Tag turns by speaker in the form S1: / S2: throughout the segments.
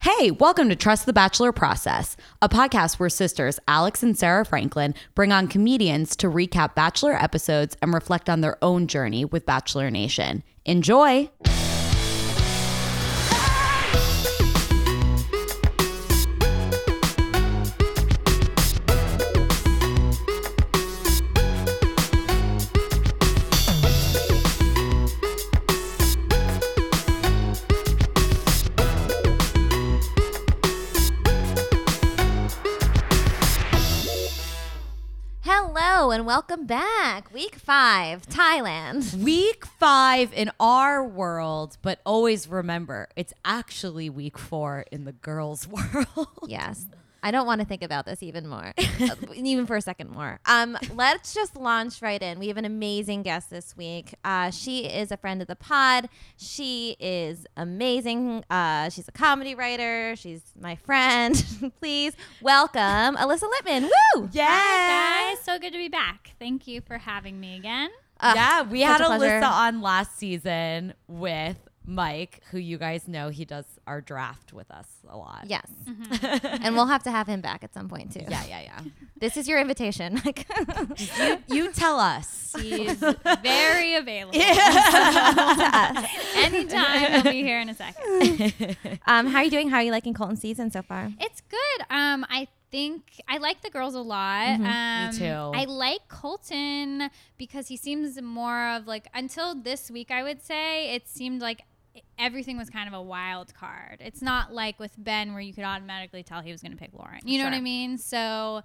S1: Hey, welcome to Trust the Bachelor Process, a podcast where sisters Alex and Sarah Franklin bring on comedians to recap Bachelor episodes and reflect on their own journey with Bachelor Nation. Enjoy!
S2: Hello and welcome back. Week five, Thailand.
S1: Week five in our world, but always remember it's actually week four in the girls' world.
S2: Yes. I don't want to think about this even more, uh, even for a second more. Um, let's just launch right in. We have an amazing guest this week. Uh, she is a friend of the pod. She is amazing. Uh, she's a comedy writer. She's my friend. Please welcome Alyssa Littman. Woo!
S3: Hi, guys. So good to be back. Thank you for having me again.
S2: Uh,
S1: yeah, we
S2: such
S1: had
S2: a pleasure.
S1: Alyssa on last season with Mike, who you guys know he does our draft with us a lot.
S2: Yes. and we'll have to have him back at some point too.
S1: Yeah, yeah, yeah.
S2: This is your invitation. Like,
S1: you tell us.
S3: She's very available. Anytime I'll be here in a second.
S2: um, how are you doing? How are you liking Colton season so far?
S3: It's good. Um, I think I like the girls a lot. Um,
S1: Mm-hmm. too.
S3: I like Colton because he seems more of like until this week. I would say it seemed like e, everything was kind of a wild card. It's not like with Ben where you could automatically tell he was going to pick Lauren. You know what I
S2: Sure.
S3: mean? So.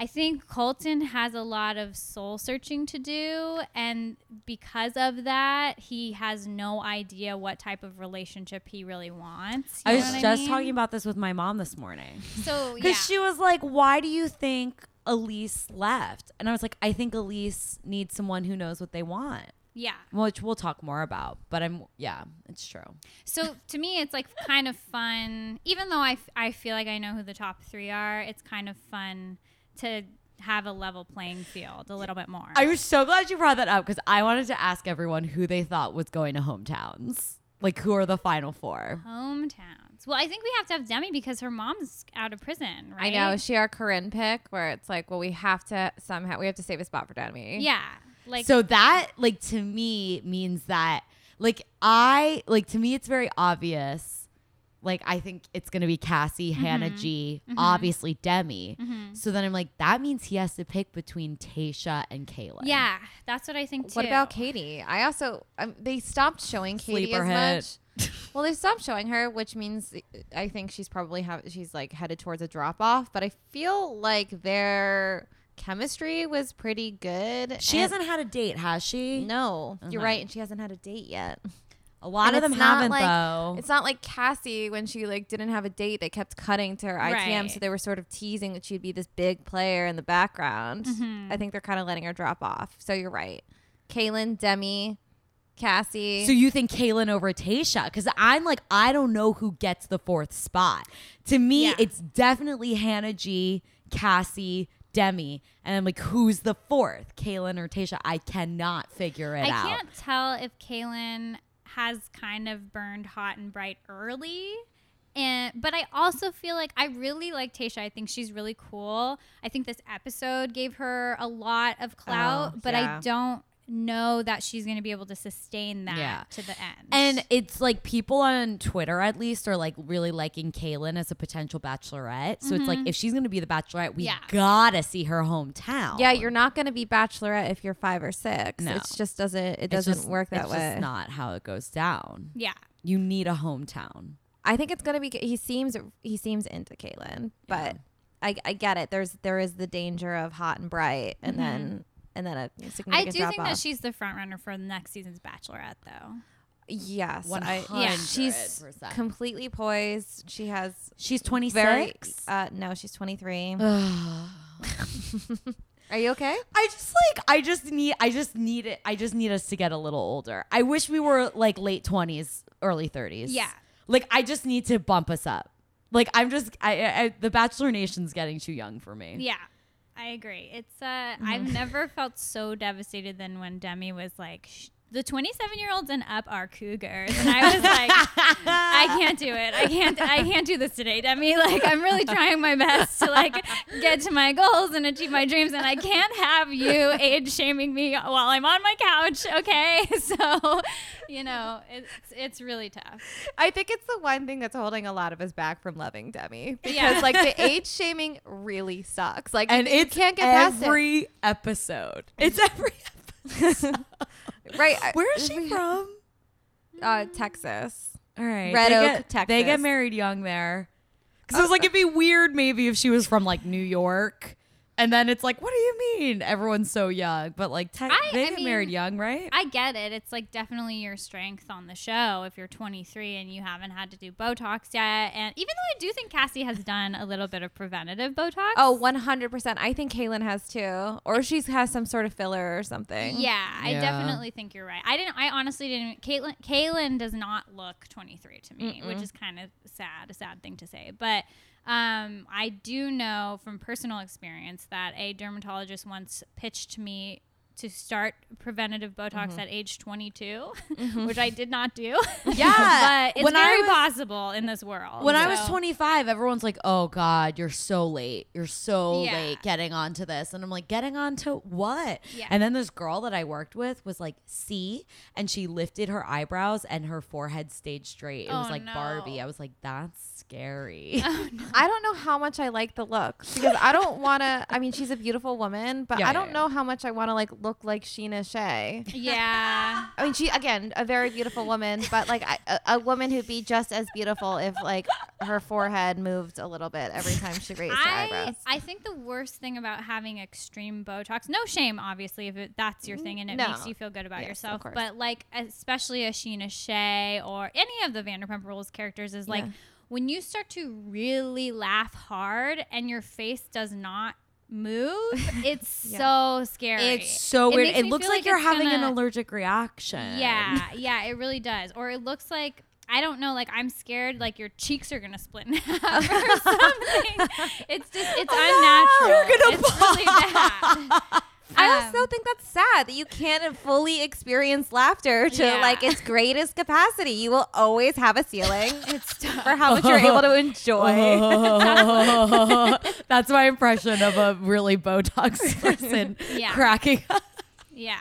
S3: I think Colton has a lot of soul searching to do. And because of that, he has no idea what type of relationship he really wants.
S1: I
S3: You know
S1: was
S3: what
S1: just
S3: mean?
S1: talking about this with my mom this morning.
S3: So, yeah.
S1: Because she was like, Why do you think Elise left? And I was like, I think Elise needs someone who knows what they want,
S3: yeah.
S1: which we'll talk more about. But I'm, yeah, it's true.
S3: So to me, it's like kind of fun. Even though I, f- I feel like I know who the top three are, it's kind of fun to have a level playing field a little bit more.
S1: I was so glad you brought that up because I wanted to ask everyone who they thought was going to hometowns. Like, who are the final four?
S3: Hometowns. Well, I think we have to have Demi because her mom's out of prison,
S4: I
S3: right?
S4: know. Is she our Corinne pick? Where it's like, well, we have to somehow we have to save a spot for Demi.
S3: yeah. Like,
S1: so that like to me means that like I like to me it's very obvious. Like I think it's gonna be Cassie, Hannah G, obviously Demi. So then I'm like, that means he has to pick between Tasha and Kayla.
S3: yeah, that's what I think too.
S4: What about Katie? I also um, they stopped showing Katie
S1: Sleeper
S4: as
S1: hit.
S4: much. well, they stopped showing her, which means uh, I think she's probably have she's like headed towards a drop off. But I feel like their chemistry was pretty good.
S1: She
S4: and-
S1: hasn't had a date, has she?
S4: No, you're
S1: Okay.
S4: right, and she hasn't had a date yet.
S1: A lot
S4: And
S1: of them
S4: it's not
S1: haven't
S4: like-
S1: though.
S4: It's not like Cassie when she like didn't have a date. They kept cutting to her ITM, so
S3: Right.
S4: they were sort of teasing that she'd be this big player in the background.
S1: Mm-hmm.
S4: I think they're kind of letting her drop off. So you're right. Kaylin, Demi, Cassie.
S1: So you think Kaylin over Tasha? Because I'm like, I don't know who gets the fourth spot. To me,
S3: Yeah.
S1: it's definitely Hannah G, Cassie, Demi, and I'm like, who's the fourth? Kaylin or Tasha? I cannot figure it
S3: I
S1: out.
S3: can't tell if Kaylin has kind of burned hot and bright early. And but I also feel like I really like Tasha. I think she's really cool. I think this episode gave her a lot of clout,
S4: Oh,
S3: but
S4: yeah.
S3: I don't know that she's going to be able to sustain that
S1: Yeah.
S3: to the end.
S1: And it's like people on Twitter at least are like really liking Kaylin as a potential bachelorette. So
S4: Mm-hmm.
S1: it's like if she's gonna be the bachelorette, we
S3: Yeah.
S1: gotta see her hometown.
S4: yeah, you're not going to be bachelorette if you're five or six.
S1: No.
S4: It just doesn't. It
S1: It's
S4: doesn't
S1: just-
S4: work that
S1: it's
S4: way.
S1: Just not how it goes down.
S3: yeah.
S1: You need a hometown.
S4: I think it's gonna be. He seems he seems into Caitlyn, but I, I get it. There's there is the danger of hot and bright, and
S1: Mm-hmm.
S4: then and then a significant
S3: I do
S4: drop
S3: think
S4: off.
S3: that she's the front runner for next season's bachelorette though.
S4: yes,
S1: One
S4: I-
S3: Yeah.
S1: hundred
S4: she's
S1: percent.
S4: completely poised. She has
S1: She's twenty
S4: very.
S1: six.
S4: Uh, no, she's twenty three.
S1: I
S4: Are you okay?
S1: just like I just need I just need it I just need us to get a little older. I wish we were like late twenties, early thirties.
S3: Yeah.
S1: Like I just need to bump us up. Like I'm just I, I I- the Bachelor Nation's getting too young for me.
S3: Yeah, I agree. It's uh, I've never felt so devastated than when Demi was like, sh- the 27 year olds and up are cougars. And I was like, I can't do it. I can't, I can't do this today, Demi. Like, I'm really trying my best to like get to my goals and achieve my dreams. And I can't have you age shaming me while I'm on my couch. Okay. So, you know, it's, it's really tough.
S4: I think it's the one thing that's holding a lot of us back from loving Demi because
S3: Yeah.
S4: like the age shaming really sucks. Like
S1: and
S4: you
S1: it's
S4: can't get past it.
S1: every episode. It's every episode.
S4: Right? I-
S1: Where is she from?
S4: Uh, Texas.
S1: All right,
S4: Red
S1: they
S4: Oak,
S1: get, They get
S4: Texas.
S1: married young there.
S3: Oh.
S1: Because I was like, it'd be weird maybe if she was from like New York, and then it's like, what do you mean everyone's so young? But like, te-
S3: I-
S1: they
S3: I
S1: get married
S3: mean,
S1: young, right?
S3: I get it. It's like definitely your strength on the show if you're 23 and you haven't had to do Botox yet. And even though I do think Cassie has done a little bit of preventative Botox.
S4: Oh, 100%. I think Kaylin has too. Or she's has some sort of filler or something.
S3: Yeah, I
S1: Yeah.
S3: definitely think you're right. I didn't. I honestly didn't. Caitlin, Caitlin does not look 23 to me, which is kind of sad. A sad thing to say, but um, I do know from personal experience that a dermatologist once pitched me to start preventative Botox
S1: Mm-hmm.
S3: at age 22, which I did not do.
S1: Yeah,
S3: but it's
S1: when I
S3: very
S1: was-
S3: possible in this world.
S1: When I was
S3: so-
S1: 25, everyone's like, "Oh God, you're so late. You're so
S3: Yeah.
S1: late getting onto this." And I'm like, "Getting onto what?"
S3: Yeah.
S1: And then this girl that I worked with was like, "See," and she lifted her eyebrows and her forehead stayed straight. It was
S3: Oh,
S1: like
S3: no.
S1: Barbie. I was like, "That's scary."
S4: I don't know how much I like the look because I don't want to. I mean, she's a beautiful woman, but
S1: Yeah, yeah,
S4: I don't
S1: yeah.
S4: know how much I want to like look like Sheena Shea.
S3: yeah.
S4: I mean, she again a very beautiful woman, but like I- a, a woman who'd be just as beautiful if like her forehead moved a little bit every time she raised her
S3: I,
S4: eyebrows.
S3: I think the worst thing about having extreme Botox, no shame, obviously, if it, that's your thing and it
S4: No.
S3: makes you feel good about
S4: Yes,
S3: yourself,
S4: of course.
S3: but like, especially a Sheena Shea or any of the Vanderpump Rules characters, is like
S4: Yeah.
S3: when you start to really laugh hard and your face does not move, it's so scary.
S1: It's so weird.
S3: makes
S1: It,
S3: me
S1: looks
S3: feel
S1: like, you're
S3: it's
S1: having an
S3: gonna-
S1: allergic reaction.
S3: yeah, yeah, it really does. Or it looks like I don't know, like I'm scared like your cheeks are gonna split in half or something. It's just it's unnatural.
S1: You're gonna
S3: it's really bad.
S4: I
S3: Um,
S4: also think that's sad that you can't fully experience laughter to
S3: Yeah.
S4: like its greatest capacity. You will always have a ceiling
S3: it's tough.
S4: for how much you're able to enjoy.
S1: That's my impression of a really Botox person
S3: Yeah.
S1: cracking up.
S3: Yeah.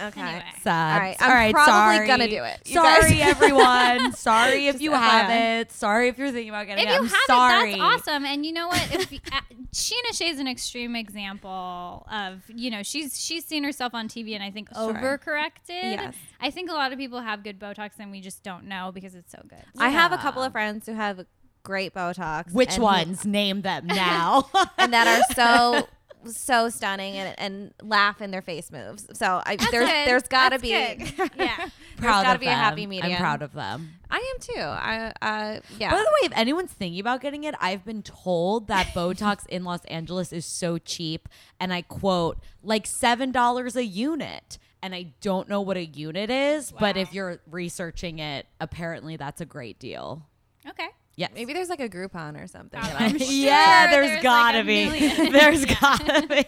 S4: okay.
S3: Anyway.
S1: Sad.
S4: All right, I'm probably gonna do it, you guys.
S1: Sorry, everyone. sorry if you
S4: FYI.
S1: have it. Sorry if you're thinking about getting
S3: If
S1: it.
S3: you
S1: I'm
S3: have
S1: sorry.
S3: it, that's awesome. And you know what? If uh, Sheena Shea is an extreme example of you know she's she's seen herself on TV and I think
S4: Sure.
S3: overcorrected.
S4: Yes.
S3: I think a lot of people have good Botox and we just don't know because it's so good.
S4: I have a
S1: Yeah.
S4: couple of friends who have great Botox.
S1: Which
S4: and who-
S1: ones? Name them now.
S4: and that are so so stunning and, and laugh in their face moves. So I, there's
S3: good.
S4: there's got to
S3: That's
S4: be
S3: good. Yeah.
S1: proud
S4: gotta
S1: of
S4: be a
S1: them.
S4: happy
S1: I'm
S4: medium.
S1: proud of them.
S4: I am too. I uh yeah.
S1: By the way, if anyone's thinking about getting it, I've been told that Botox in Los Angeles is so cheap, and I quote, like $7 a unit. And I don't know what a unit is, but if you're researching it, apparently that's a great deal.
S3: Okay.
S1: Yes.
S4: Maybe there's like a Groupon or something.
S3: Probably.
S4: that
S3: I'm sure
S1: yeah, there's,
S3: there's like a
S1: gotta be.
S3: million.
S1: There's gotta be.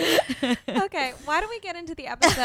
S4: I- okay, why don't we get into the episode?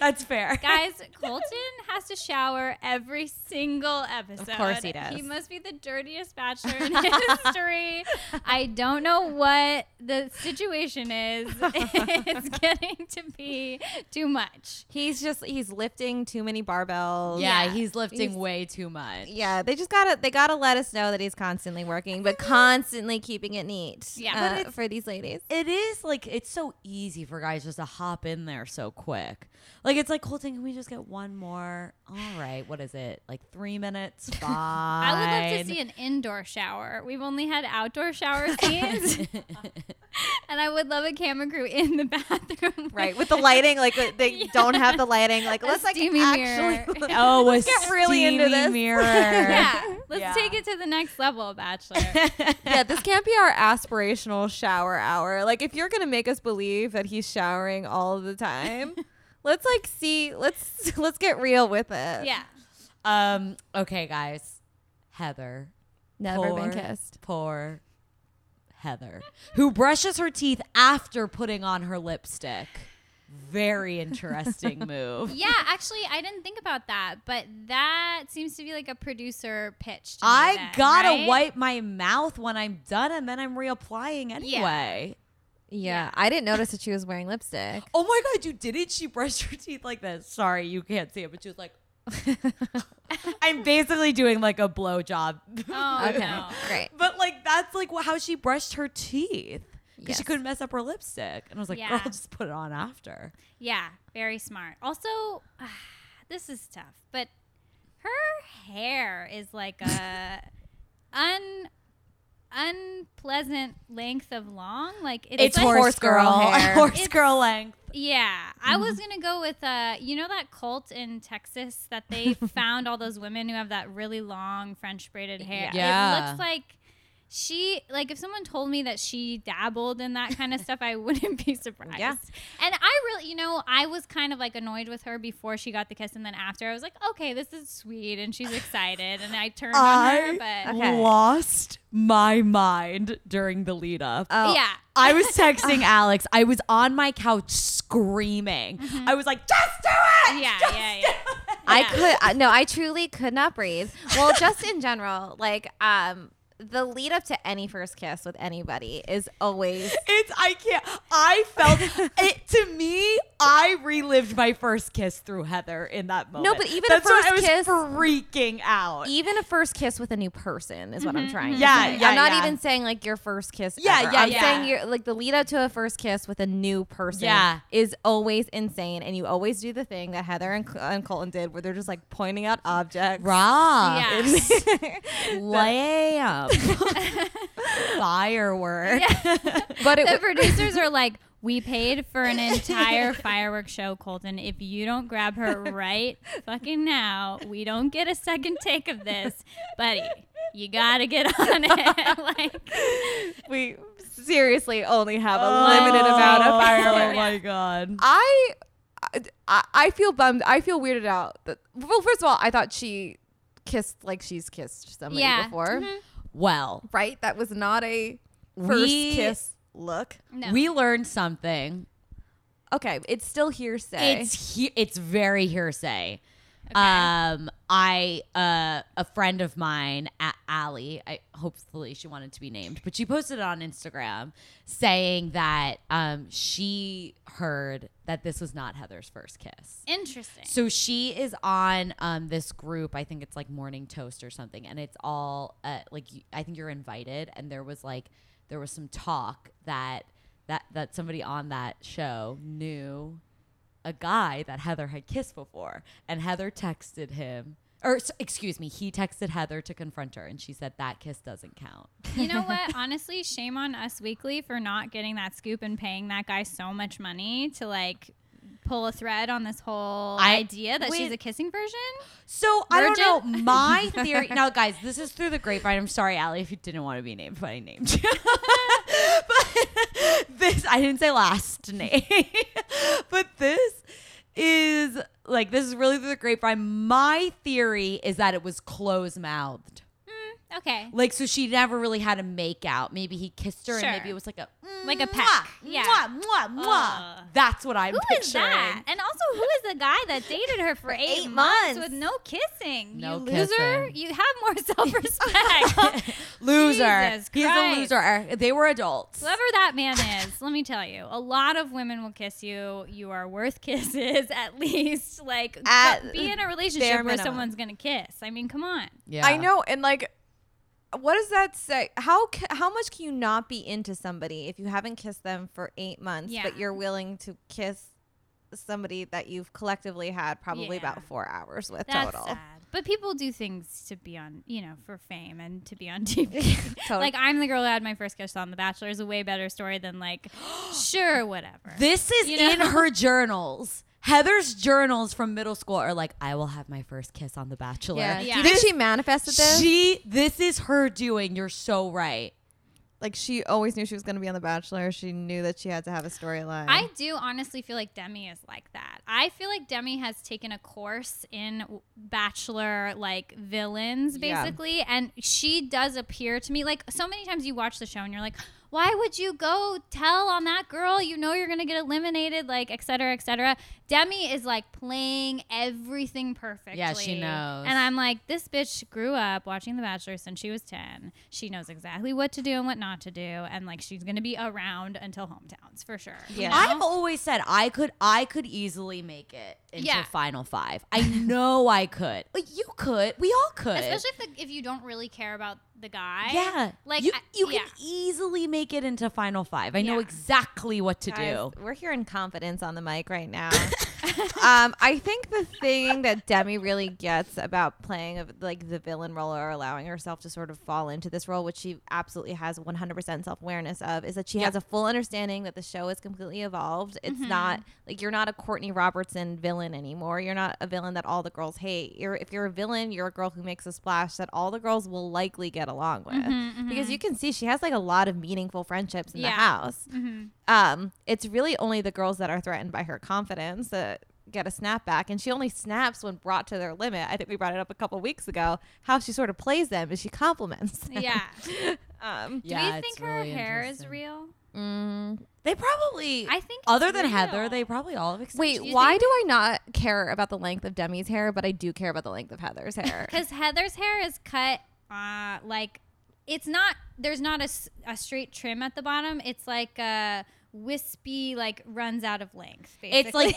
S1: That's fair.
S3: Guys, Colton has to shower every single episode. Of
S4: course he does.
S3: He must be the dirtiest bachelor in history. I don't know what the situation is. It's getting to be too much.
S4: He's just he's lifting too many barbells.
S1: yeah,
S3: Yeah.
S1: he's lifting
S4: He's-
S1: way too much.
S4: Yeah, they just gotta they gotta let us know that he's constantly working, but constantly keeping it neat.
S3: Yeah. But
S4: uh,
S1: it's-
S4: for these ladies.
S1: it is like it's so easy for guys just to hop in there so quick. Like it's like Colton, can we just get one more? All right, what is it? Like three minutes? Fine.
S3: I would love to see an indoor shower. We've only had outdoor shower scenes, and I would love a camera crew in the bathroom.
S4: Right, with the lighting, like they don't have the lighting. Like let's like
S3: steamy mirror.
S4: actually
S1: oh, a
S4: get really into
S1: steamy
S4: this.
S1: mirror.
S3: Yeah, let's
S1: Yeah.
S3: take it to the next level, Bachelor.
S4: yeah, this can't be our aspirational shower hour. Like, if you're gonna make us believe that he's showering all the time, let's like see, let's let's get real with it.
S3: yeah.
S1: Um. Okay, guys. Heather.
S4: never been
S1: Poor-
S4: kissed.
S1: Poor Heather, who brushes her teeth after putting on her lipstick. very interesting move.
S3: Yeah, actually, I didn't think about that, but that seems to be like a producer pitch. To me
S1: I
S3: then,
S1: gotta
S3: right?
S1: wipe my mouth when I'm done, and then I'm reapplying anyway.
S2: Yeah,
S3: Yeah.
S2: I didn't notice that she was wearing lipstick.
S1: Oh my god, you didn't? She brushed her teeth like this. Sorry, you can't see it, but she was like, I'm basically doing like a blowjob.
S3: Oh,
S2: Okay,
S3: no.
S2: great.
S1: But like that's like wh- how she brushed her teeth because
S2: Yes.
S1: she couldn't mess up her lipstick. And I was like,
S3: Yeah.
S1: girl, just put it on after.
S3: Yeah, very smart. Also, this is tough, but her hair is like a un unpleasant length of long. Like it's,
S1: It's
S3: like,
S1: horse, girl,
S2: hair.
S1: horse
S3: It's-
S1: girl length.
S3: Yeah, I was
S1: Mm-hmm.
S3: gonna go with uh, you know that cult in Texas that they found all those women who have that really long French braided hair.
S1: Yeah.
S3: it looks like she like if someone told me that she dabbled in that kind of stuff, I wouldn't be surprised.
S4: Yeah.
S3: and I really, you know, I was kind of like annoyed with her before she got the kiss, and then after I was like, okay, this is sweet, and she's excited, and I turned on her,
S1: I
S3: but
S2: Okay.
S1: lost my mind during the lead up.
S2: Oh,
S3: yeah.
S1: I was texting Alex. I was on my couch screaming. I was like, just do it!
S3: Yeah,
S1: Just
S3: yeah,
S1: do
S3: yeah.
S1: it!"
S2: I
S3: Yeah.
S2: could I, no, I truly could not breathe. Well, just in general, like um the lead up to any first kiss with anybody is always
S1: It's, I can't. I felt it to me. I relived my first kiss through Heather in that moment.
S2: but even a
S1: That's why
S2: first
S1: I was
S2: kiss-
S1: freaking out.
S2: even a first kiss with a new person is what I'm trying. to
S1: Yeah,
S2: say.
S1: Mm-hmm, yeah,
S2: I'm not
S1: yeah.
S2: even saying like your first kiss.
S1: Yeah,
S2: ever.
S1: yeah,
S2: I'm
S1: yeah.
S2: saying you're like the lead up to a first kiss with a new person.
S1: Yeah.
S2: is always insane, and you always do the thing that Heather and, and Colton did, where they're just like pointing out objects.
S1: Rob,
S3: Yeah.
S1: lamb, firework.
S2: But it
S3: the producers are like, we paid for an entire fireworks show, Colton. If you don't grab her right fucking now, we don't get a second take of this, buddy. You gotta get on it. like,
S2: we seriously only have a
S1: Limited amount of firework.
S3: Oh
S1: Oh
S3: my
S1: my god.
S4: I, I I feel bummed. I feel weirded out. That, well, first of all, I thought she kissed like she's kissed somebody
S3: Yeah.
S4: before,
S1: Mm-hmm. Well,
S4: right? That was not a first
S1: We-
S4: kiss look.
S3: no.
S1: we learned something.
S4: Okay, it's still hearsay.
S1: It's he- it's very hearsay. Um, I uh, a friend of mine at Allie, I hopefully she wanted to be named, but she posted it on Instagram saying that um she heard that this was not Heather's first kiss.
S3: Interesting.
S1: So she is on um this group. I think it's like Morning Toast or something, and it's all uh, like you, I think you're invited. And there was like there was some talk that that that somebody on that show knew a guy that Heather had kissed before, and Heather texted him. Or s- excuse me, he texted Heather to confront her, and she said that kiss doesn't count.
S3: you know what? Honestly, shame on Us Weekly for not getting that scoop and paying that guy so much money to like pull a thread on this whole
S1: I-
S3: idea that she's
S1: wait.
S3: a kissing version.
S1: So I don't know.
S3: Virgin?
S1: My theory now, guys, this is through the grapevine. I'm sorry, Allie, if you didn't want to be named, but I named you. but this I didn't say last name. but this is like this is really through the grapevine. My theory is that it was closed mouthed.
S3: Okay.
S1: Like so she never really had a make out. Maybe he kissed her
S3: Sure.
S1: and maybe it was like a mm,
S3: Like a
S1: mwah,
S3: peck. Yeah.
S1: Mwah, mwah, mwah.
S3: Ugh.
S1: That's what I'm
S3: Who
S1: picturing.
S3: is that? And also, who is the guy that dated her for, eight,
S2: eight
S3: months,
S2: months?
S3: with no kissing?
S1: No
S3: you loser!
S1: kissing.
S3: You have more self-respect.
S1: Loser.
S3: Jesus
S1: He's a
S3: Christ.
S1: loser. They were adults.
S3: Whoever that man is, let me tell you, a lot of women will kiss you. You are worth kisses, at least. Like, go-
S2: At
S3: be in a
S4: bare
S3: relationship where
S4: minimum.
S3: someone's gonna kiss. I mean, come on.
S1: Yeah.
S4: I know, and like, what does that say? How ca- how much can you not be into somebody if you haven't kissed them for eight months,
S3: Yeah.
S4: but you're willing to kiss somebody that you've collectively had probably
S3: Yeah.
S4: about four hours with
S3: That's
S4: total?
S3: sad. But people do things to be on, you know, for fame and to be on TV. like, I'm the girl who had my first kiss on The Bachelor is a way better story than like, sure, whatever.
S1: This is
S3: You know?
S1: in her journals. Heather's journals from middle school are like, I will have my first kiss on The Bachelor.
S4: Yeah.
S3: Yeah.
S4: Do you think she manifested this?
S1: She, this is her doing. You're so right.
S4: like, she always knew she was going to be on The Bachelor. She knew that she had to have a storyline.
S3: I do honestly feel like Demi is like that. I feel like Demi has taken a course in w- bachelor like villains
S4: Yeah.
S3: basically and she does appear to me like so many times you watch the show and you're like why would you go tell on that girl? You know you're gonna get eliminated, like et cetera, et cetera. Demi is like playing everything perfectly.
S1: knows.
S3: And I'm like, this bitch grew up watching The Bachelor since she was ten. She knows exactly what to do and what not to do, and like she's gonna be around until hometowns for sure. you
S4: Yeah.
S3: know?
S1: I've always said I could I could easily make it into
S3: Yeah.
S1: final five. I know I could. Like, You could. We all could.
S3: especially if, the, if you don't really care about the guy.
S1: yeah.
S3: like
S1: you,
S3: I-
S1: you
S3: yeah.
S1: can easily make it into final five. I know
S3: Yeah.
S1: exactly what to
S4: Guys,
S1: do.
S2: We're hearing confidence on the mic right now.
S4: um, I think the thing that Demi really gets about playing of like the villain role or allowing herself to sort of fall into this role, which she absolutely has 100% self awareness of, is that she has a full understanding that the show is completely evolved. It's
S1: Mm-hmm.
S4: not like you're not a Courtney Robertson villain anymore. You're not a villain that all the girls hate. You're if you're a villain, you're a girl who makes a splash that all the girls will likely get along with
S1: Mm-hmm,
S4: because you can see she has like a lot of meaningful friendships in
S3: Yeah.
S4: the house um, it's really only the girls that are threatened by her confidence that get a snapback, and she only snaps when brought to their limit. I think we brought it up a couple weeks ago. How she sort of plays them is she compliments. Them.
S3: yeah.
S4: Um,
S3: Do you think her hair is real?
S4: mm,
S1: They probably.
S3: I think
S1: other
S3: it's
S1: than Heather,
S3: real.
S1: they probably all have. Extensions.
S4: wait,
S3: you
S4: why do I not care about the length of Demi's hair, but I do care about the length of Heather's hair?
S3: Because Heather's hair is cut uh, like it's not. There's not a, s- a straight trim at the bottom. It's like a wispy, like runs out of length. Basically.
S1: It's like,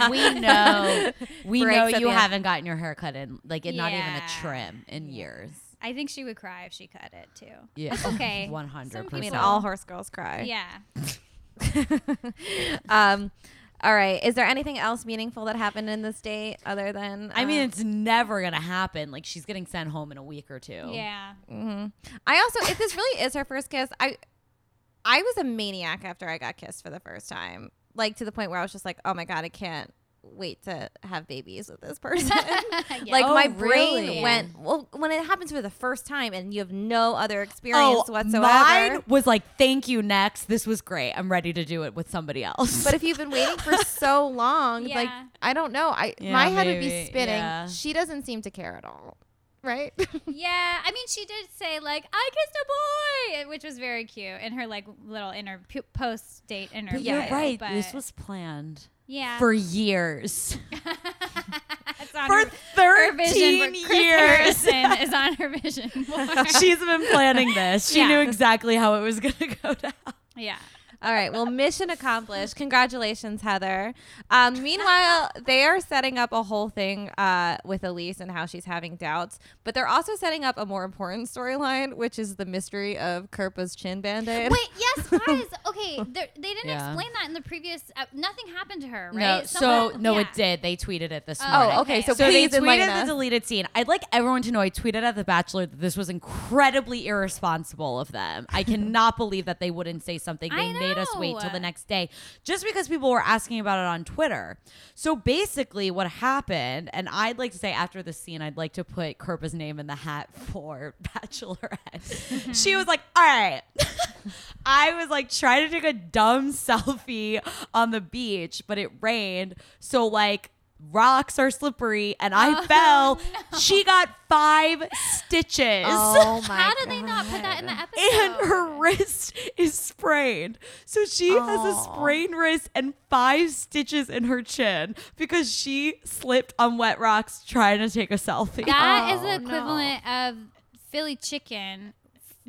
S1: girl, we know, we
S4: Breaks
S1: know
S4: at
S1: you
S4: the end.
S1: haven't gotten your hair cut in, like, in not even a
S3: Yeah.
S1: trim in years.
S3: I think she would cry if she cut it too.
S1: Yeah,
S3: That's okay.
S1: one
S3: Some
S1: hundred
S3: people-
S4: I mean,
S1: percent.
S4: all horse girls cry.
S3: Yeah.
S4: um, all right. Is there anything else meaningful that happened in this date other than?
S1: I
S4: uh,
S1: mean, it's never gonna happen. Like, she's getting sent home in a week or two.
S3: Yeah.
S4: hmm I also, if this really is her first kiss, I, I was a maniac after I got kissed for the first time, like to the point where I was just like, oh my god, I can't wait to have babies with this person.
S3: Yeah.
S4: Like
S1: Oh,
S4: my brain
S1: really?
S4: went well when it happens for the first time and you have no other experience
S1: Oh,
S4: whatsoever.
S1: mine was like, thank you, next. This was great. I'm ready to do it with somebody else.
S4: But if you've been waiting for so long, like
S3: Yeah.
S4: I don't know, I
S1: Yeah,
S4: my head would
S1: maybe,
S4: be spinning.
S1: yeah.
S4: She doesn't seem to care at all, right?
S3: Yeah, I mean, she did say like I kissed a boy, which was very cute in her like little inter post date
S1: But
S3: interview.
S1: you're
S4: yeah,
S1: right.
S3: but-
S1: this was planned
S3: yeah
S1: for years.
S3: It's on
S1: For
S3: her- her vision,
S1: 13
S3: but Chris
S1: years.
S3: Harrison is on her vision board.
S1: She's been planning this. She
S3: Yeah.
S1: knew exactly how it was going to go down.
S3: yeah,
S4: All right. Well, mission accomplished. Congratulations, Heather. Um, meanwhile, they are setting up a whole thing uh, with Elise and how she's having doubts, but they're also setting up a more important storyline, which is the mystery of Kerpa's chin bandage.
S3: Wait, yes, guys. Okay, there- they didn't
S1: Yeah.
S3: explain that in the previous. Uh, nothing happened to her,
S1: No,
S3: right?
S1: so
S3: Someone-
S1: no,
S3: yeah.
S1: it did. They tweeted it this
S3: Oh,
S1: morning.
S4: Oh, okay. So,
S1: So they
S4: please enlighten
S1: tweeted the
S4: us.
S1: deleted scene. I'd like everyone to know I tweeted at The Bachelor that this was incredibly irresponsible of them. I cannot believe that they wouldn't say something. They
S3: I
S1: made us wait till
S3: know.
S1: the next day just because people were asking about it on Twitter. So basically, what happened, and I'd like to say after the scene, I'd like to put Kerpa's name in the hat for Bachelorette. she was like, all right. I was like trying to take a dumb selfie on the beach, but it rained. So, like, rocks are slippery and I fell. She got five stitches.
S4: Oh my!
S3: How did they not put that in the
S1: And
S3: episode?
S1: her wrist is sprained. So she has a
S4: Aw.
S1: sprained wrist and five stitches in her chin because she slipped on wet rocks trying to take a selfie.
S3: That is
S4: Oh,
S3: the equivalent of Philly chicken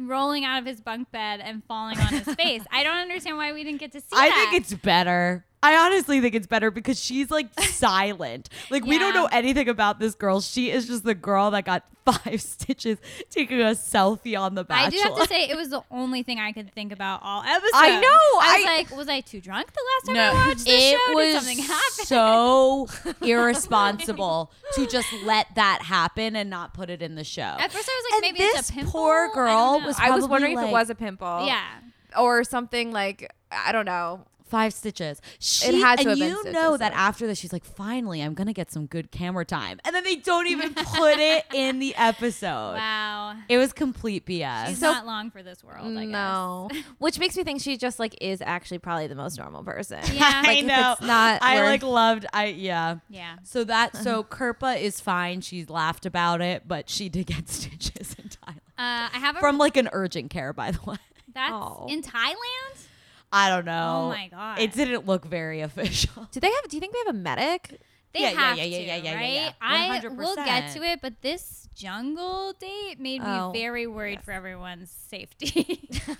S3: rolling out of his bunk bed and falling on his face. I don't understand why we didn't get to see
S1: I
S3: that.
S1: think it's better. I honestly think it's better because she's like silent. Like we don't
S3: Yeah.
S1: know anything about this girl. She is just the girl that got five stitches taking a selfie on the bachelor.
S3: I do have to say it was the only thing I could think about all episode.
S1: I know,
S3: I was
S1: I-
S3: like, was I too drunk the last time I watched the
S1: it
S3: show? Did
S1: was
S3: something happen?
S1: so irresponsible to just let that happen and not put it in the show.
S3: At first, I was
S1: And
S3: like, maybe
S1: this
S3: it's a pimple.
S1: poor
S3: I don't
S1: girl
S3: know.
S1: was-
S4: I was
S1: probably,
S4: wondering if
S1: like-
S4: it was a pimple,
S3: yeah.
S4: or something like I don't know.
S1: Five stitches. She,
S4: had
S1: and
S4: to have been
S1: you
S4: stitches,
S1: know that
S4: so-
S1: after this, she's like, "Finally, I'm gonna get some good camera time," and then they don't even put it in the episode.
S3: Wow.
S1: It was complete BS.
S3: She's
S4: So-
S3: not long for this world. I guess.
S4: No, Oh, which makes me think she just like is actually probably the most normal person.
S3: Yeah.
S4: Like,
S1: I
S4: if
S1: know.
S4: it's not
S1: I
S4: worth-
S1: like loved. I yeah.
S3: Yeah.
S1: So that so Kerpa is fine. She's laughed about it, but she did get stitches in Thailand
S3: Uh, I have a
S1: from like an urgent care, by the way.
S3: That's
S4: Oh.
S3: in Thailand.
S1: I don't know.
S3: Oh my god!
S1: It didn't look very official.
S4: Do they have? Do you think they have a medic?
S3: They
S1: Yeah, yeah,
S3: have
S1: yeah, yeah,
S3: to,
S1: yeah, yeah, yeah, yeah.
S3: right? I will get
S1: 100%.
S3: to it, but this jungle date made me
S4: Oh,
S3: very worried for everyone's safety.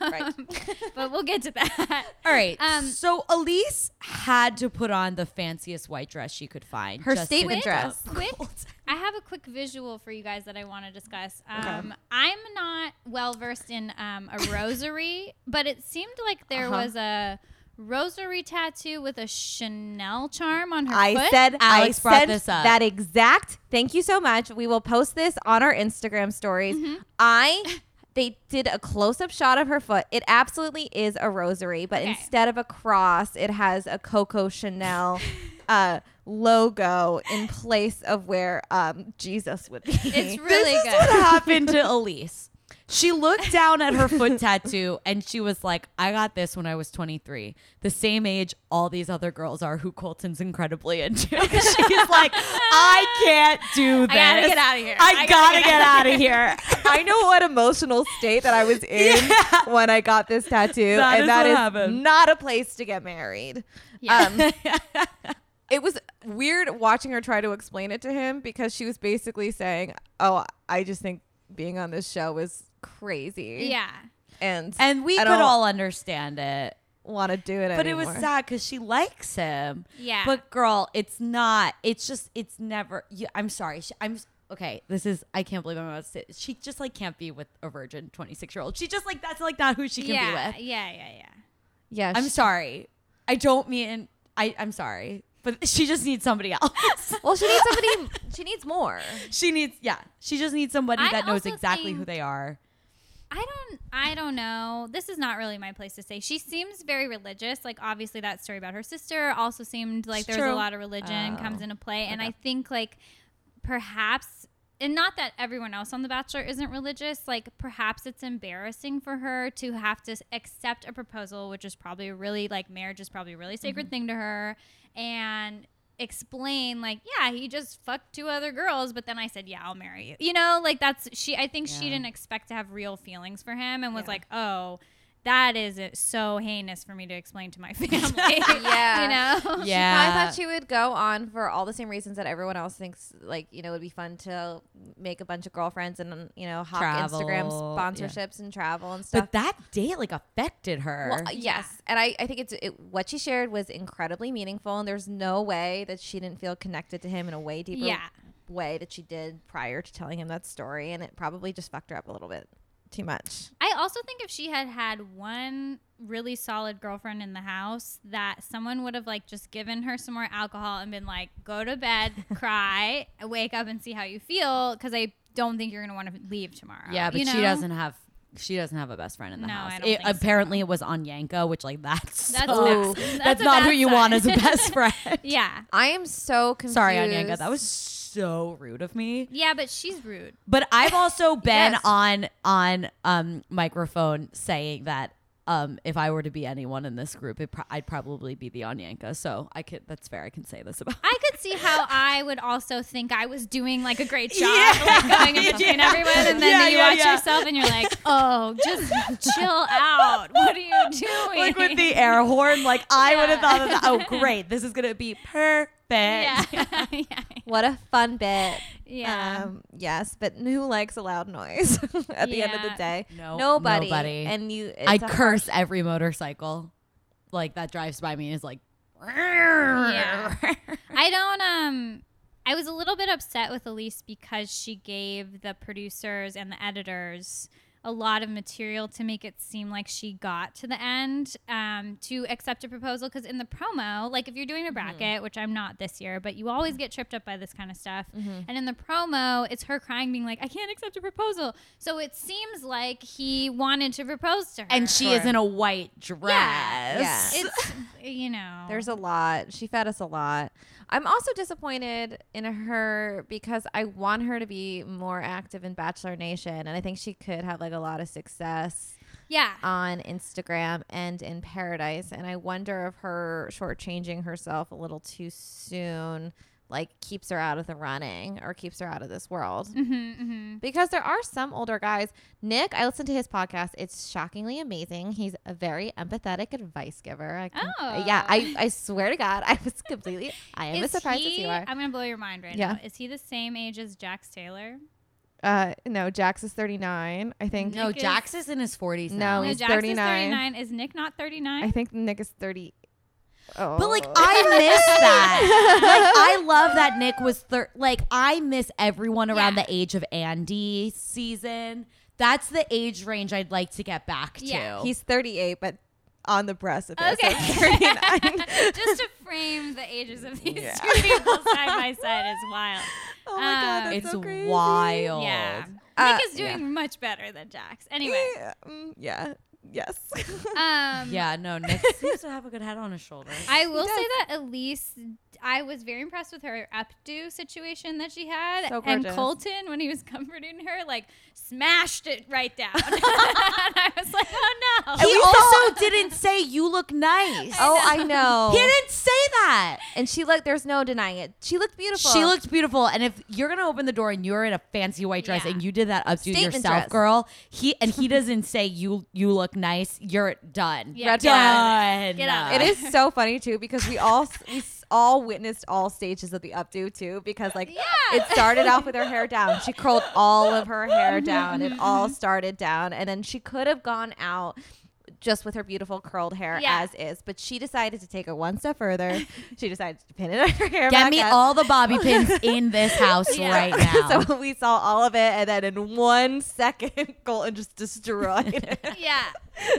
S4: Right.
S3: Um, but we'll get to that.
S1: All right.
S3: Um,
S1: so Elise had to put on the fanciest white dress she could find.
S4: Her
S1: just to
S4: statement
S1: get
S4: dress.
S1: the
S3: Quick,
S1: gold.
S3: I have a quick visual for you guys that I want to discuss. Um, I'm not well versed in um, a rosary, but it seemed like there
S4: Uh-huh.
S3: was a rosary tattoo with a Chanel charm on her
S4: I
S3: foot.
S4: said
S1: Alex
S4: I
S1: brought
S4: said
S1: this up.
S4: that exact. Thank you so much. We will post this on our Instagram stories.
S1: Mm-hmm.
S4: I they did a close up shot of her foot. It absolutely is a rosary, but
S3: Okay.
S4: instead of a cross, it has a Coco Chanel uh, logo in place of where um, Jesus would be.
S3: it's really
S1: this
S3: good.
S1: is what happened to Elise. She looked down at her foot tattoo and she was like, I got this when I was 23, the same age all these other girls are who Colton's incredibly into. She's like, I can't do this.
S3: gotta get outta here.
S1: I,
S3: I
S1: gotta,
S3: gotta get
S1: get out of here.
S4: I know what emotional state that I was in when I got this tattoo,
S1: That
S4: and
S1: is
S4: that
S1: what
S4: is
S1: happened.
S4: not a place to get married. Um, it was weird watching her try to explain it to him because she was basically saying, "Oh, I just think being on this show is crazy."
S3: yeah.
S4: and
S1: And we
S4: I
S1: could
S4: don't
S1: all understand it.
S4: want to do it.
S1: But it was
S4: anymore.
S1: sad because she likes him.
S3: Yeah.
S1: But girl, it's not. It's just. It's never. You, I'm sorry. She, I'm s- okay. This is. I can't believe I'm about to say. She just like can't be with a virgin 26 year old. She just like that's like not who she can
S3: yeah,
S1: be with.
S3: yeah, yeah, yeah.
S4: Yeah,
S1: I'm
S4: she-
S1: sorry. I don't mean. I I'm sorry. But she just needs somebody else.
S4: Well, she needs somebody. she needs more.
S1: she needs. Yeah. She just needs somebody
S3: I
S1: that knows
S3: also
S1: exactly who
S3: think-
S1: they are.
S3: I don't I don't know. This is not really my place to say. She seems very religious. Like obviously that story about her sister also seemed like
S1: It's
S3: there was a
S1: true.
S3: lot of religion
S4: Oh,
S3: comes into play and
S4: okay.
S3: I think like perhaps and not that everyone else on the bachelor isn't religious, like perhaps it's embarrassing for her to have to s- accept a proposal which is probably a really like marriage is probably a really sacred thing to her and explain like yeah he just fucked two other girls but then i said yeah i'll marry you you know like that's she i think she
S1: Yeah.
S3: didn't expect to have real feelings for him and was
S4: Yeah.
S3: like oh that is it- so heinous for me to explain to my family
S4: Yeah.
S3: you know
S1: Yeah.
S4: I thought she would go on for all the same reasons that everyone else thinks, like, you know, it would be fun to make a bunch of girlfriends and, you know, hop
S1: Travel,
S4: Instagram
S1: yeah.
S4: sponsorships and travel and stuff.
S1: But that date like affected her.
S4: Well, yes. And I, I think it's it, what she shared was incredibly meaningful. And there's no way that she didn't feel connected to him in a way deeper
S3: yeah
S4: way that she did prior to telling him that story. And it probably just fucked her up a little bit too much.
S3: i also think if she had had one really solid girlfriend in the house that someone would have like just given her some more alcohol and been like go to bed cry wake up and see how you feel because i don't think you're gonna want to leave tomorrow
S1: Yeah, but
S3: you
S1: she
S3: know?
S1: doesn't have she doesn't have a best friend in the
S3: No,
S1: house.
S3: I don't
S1: It-
S3: think so.
S1: apparently, it was on Yanka, which like that's
S3: That's
S1: so-
S4: Ooh.
S3: bad.
S1: that's,
S3: a
S1: not who
S3: bad
S1: you want as
S3: sign.
S1: a best friend.
S3: yeah.
S4: I am so confused.
S1: Sorry, on Yanka, that was so rude of me.
S3: Yeah, but she's rude.
S1: But I've also been
S4: Yes.
S1: on on um microphone saying that um if I were to be anyone in this group, it pro- I'd probably be the Onyanka. So I could that's fair. I can say this about.
S3: I could see how I would also think I was doing like a great job,
S1: Yeah.
S3: like going in between
S1: Yeah.
S3: everyone, and then
S1: Yeah,
S3: you
S1: yeah,
S3: watch
S1: yeah.
S3: yourself and you're like, oh, just chill out. What are you doing?
S1: Like with the air horn, like I would have
S3: Yeah.
S1: thought of that. Oh, great! This is gonna be perfect.
S3: yeah, yeah, yeah.
S4: What a fun bit.
S3: yeah.
S4: Um, yes, but who likes a loud noise at the end of
S3: Yeah.
S4: the day?
S1: No,
S4: nobody.
S1: nobody.
S4: And you, it's
S1: I
S4: a
S1: curse every motorcycle, like that drives by me and is like,
S3: I don't. Um, I was a little bit upset with Elise because she gave the producers and the editors a lot of material to make it seem like she got to the end um, to accept a proposal. Because in the promo, like if you're doing a
S4: Mm-hmm.
S3: bracket, which I'm not this year, but you always get tripped up by this kind of stuff.
S4: Mm-hmm.
S3: And in the promo, it's her crying, being like, "I can't accept a proposal." So it seems like he wanted to propose to her,
S1: and she is in a white dress.
S4: Yeah.
S3: It's you know,
S4: There's a lot. She fed us a lot. I'm also disappointed in her because I want her to be more active in Bachelor Nation, and I think she could have like a lot of success
S3: yeah.
S4: on Instagram and in Paradise. And I wonder if her shortchanging herself a little too soon like keeps her out of the running or keeps her out of this world.
S3: Mm-hmm, mm-hmm.
S4: Because there are some older guys. Nick, I listened to his podcast. It's shockingly amazing. He's a very empathetic advice giver. I can-
S3: Oh.
S1: Uh,
S4: Yeah, I, I swear to God, I was completely, I am as
S3: Is
S4: surprised
S3: he,
S4: as you are.
S3: I'm gonna blow your mind right
S4: Yeah.
S3: now. Is he the same age as Jax Taylor?
S4: Uh, no, Jax is 39. I think.
S1: No,
S3: Nick is-
S1: Jax is in his 40s now.
S4: No, he's
S3: Jax
S4: 39.
S3: is 39. Is Nick not 39?
S4: I think Nick is 30. Oh.
S1: But like I miss that. like I love that Nick was thir- like I miss everyone around
S3: Yeah.
S1: the age of Andy season. That's the age range I'd like to get back to.
S3: Yeah.
S4: he's 38, but on the precipice. of
S3: Okay.
S4: 39.
S3: Just to frame the ages of these two people side by side is wild.
S4: oh my
S3: Um,
S4: God, that's
S1: it's
S4: so crazy.
S1: wild.
S3: Yeah.
S4: Uh,
S3: Nick is
S4: yeah.
S3: doing much better than Jax. Anyway,
S4: Yeah, mm, yeah. Yes.
S3: um,
S1: Yeah, no, Nick seems to have a good head on his shoulders.
S3: I will
S4: does.
S3: say that Elise, I was very impressed with her updo situation that she had,
S4: So
S3: and
S4: gorgeous.
S3: Colton when he was comforting her, like smashed it right down. and I was like, oh no.
S1: he also didn't say you look nice.
S4: oh, I know.
S1: He didn't say that.
S4: And she looked, there's no denying it. She looked beautiful.
S1: She looked beautiful, and if you're gonna open the door and you're in a fancy white dress
S3: Yeah.
S1: and you did that up to
S4: Statement
S1: yourself,
S4: dress.
S1: girl, he and he doesn't say you you look nice. You're done.
S3: Yeah, Red
S1: done.
S3: flag. Get out.
S4: It is so funny too because we all we s- all witnessed all stages of the updo too because like it started off with her hair down. She curled all of her hair down. It all started down and then she could have gone out just with her beautiful curled hair
S3: Yeah.
S4: as is, but she decided to take it one step further. she decided to pin it on her hair.
S1: Get
S4: back
S1: me
S4: up.
S1: all the bobby pins in this house
S3: Yeah.
S1: right now.
S4: so we saw all of it, and then in one second, Colton just destroyed it.
S3: Yeah.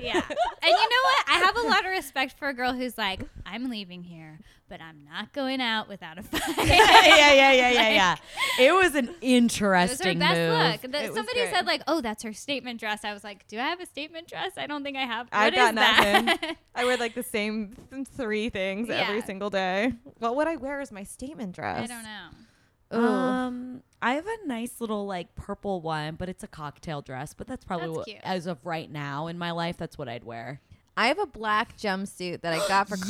S3: Yeah. And you know what? I have a lot of respect for a girl who's like, I'm leaving here, but I'm not going out without a fight.
S1: yeah, yeah, yeah, yeah, yeah. It was an
S3: It was her
S1: interesting
S3: best
S1: move.
S3: look. The-
S4: It was
S3: somebody
S4: great.
S3: said like, "Oh, that's her statement dress." I was like, "Do I have a statement dress? I don't think I have."
S4: I
S3: What is
S4: got
S3: that?"
S4: nothing. I wear like the same th- three things every
S3: Yeah.
S4: single day. Well, what I wear is my statement dress.
S3: I don't know.
S4: Ooh.
S1: Um, I have a nice little like purple one, but it's a cocktail dress. But that's probably
S3: That's
S1: what,
S3: cute.
S1: as of right now in my life, that's what I'd wear.
S4: I have a black jumpsuit that I got for
S1: Yes.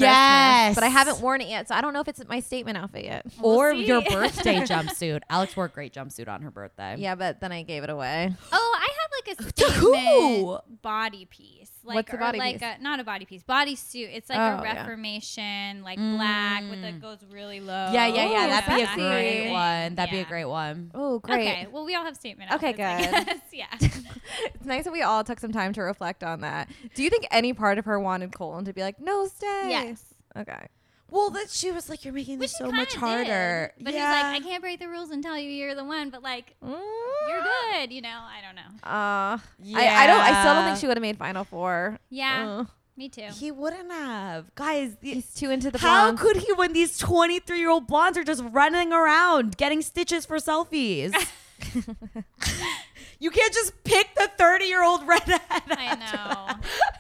S4: Christmas, but I haven't worn it yet, so I don't know if it's my statement outfit yet.
S3: We'll
S1: or your
S3: see.
S1: birthday jumpsuit. Alex wore a great jumpsuit on her birthday.
S4: Yeah, but then I gave it away.
S3: Oh, I had like a
S1: To who?
S3: statement body piece. Like,
S4: What's a
S3: or
S4: body
S3: like
S4: piece?
S3: A, not a body piece, body suit. It's like
S4: Oh,
S3: a
S4: yeah.
S3: reformation, like black with
S1: Mm.
S3: that goes really low.
S1: yeah, yeah, yeah.
S4: Oh,
S1: that'd be a
S4: that's
S1: great
S4: nice.
S1: one. That'd be
S3: Yeah.
S1: a great one.
S4: Oh, great!
S3: Okay, well, we all have statement.
S4: Okay,
S3: outfits, I
S4: good.
S3: guess. yeah.
S4: It's nice that we all took some time to reflect on that. Do you think any part of her wanted Colton to be like, "No, stay"?
S3: Yes.
S4: Okay.
S1: Well, that she was like, "You're making
S3: Which
S1: this
S3: he
S1: so much
S3: kinda did,
S1: harder."
S3: But
S1: yeah.
S3: he's like, I can't break the rules and tell you you're the one, but like, you're good. You know, I don't know.
S4: Uh, I, I don't. I still don't
S1: Yeah.
S4: think she would have made Final Four.
S3: Yeah,
S4: Ugh.
S3: me too.
S1: Uh, He wouldn't have, guys. the-
S4: he's too into the
S1: How
S4: blondes.
S1: could he when these 23 year old blondes are just running around getting stitches for selfies? you can't just pick the 30 year old redhead.
S3: I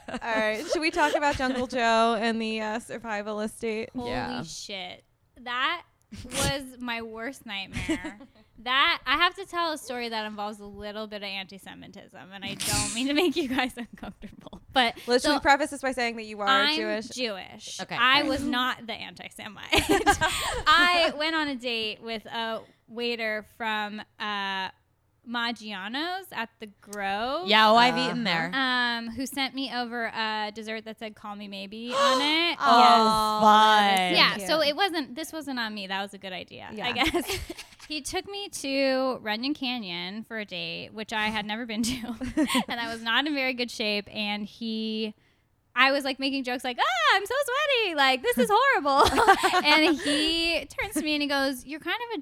S3: know.
S4: all right, should we talk about Jungle Joe and the uh, survival estate?
S3: Holy
S1: Yeah.
S3: shit. That was my worst nightmare. That I have to tell a story that involves a little bit of anti Semitism and I don't mean to make you guys uncomfortable. But
S4: Let's
S3: so
S4: should we preface this by saying that you are
S3: I'm
S4: Jewish.
S3: Jewish.
S1: Okay.
S3: I was not the anti Semite. I went on a date with a waiter from uh Maggiano's at the Grove.
S1: Yeah, oh, I've
S4: Uh-huh.
S1: eaten there.
S3: Um, who sent me over a dessert that said "Call me maybe" on it?
S1: Oh, fun.
S3: Yeah,
S4: Thank
S3: so
S4: you.
S3: it wasn't. This wasn't on me. That was a good idea,
S4: Yeah.
S3: I guess. he took me to Runyon Canyon for a date, which I had never been to, and I was not in very good shape. And he, I was like making jokes like, "Ah, I'm so sweaty. Like this is horrible." and he turns to me and he goes, "You're kind of a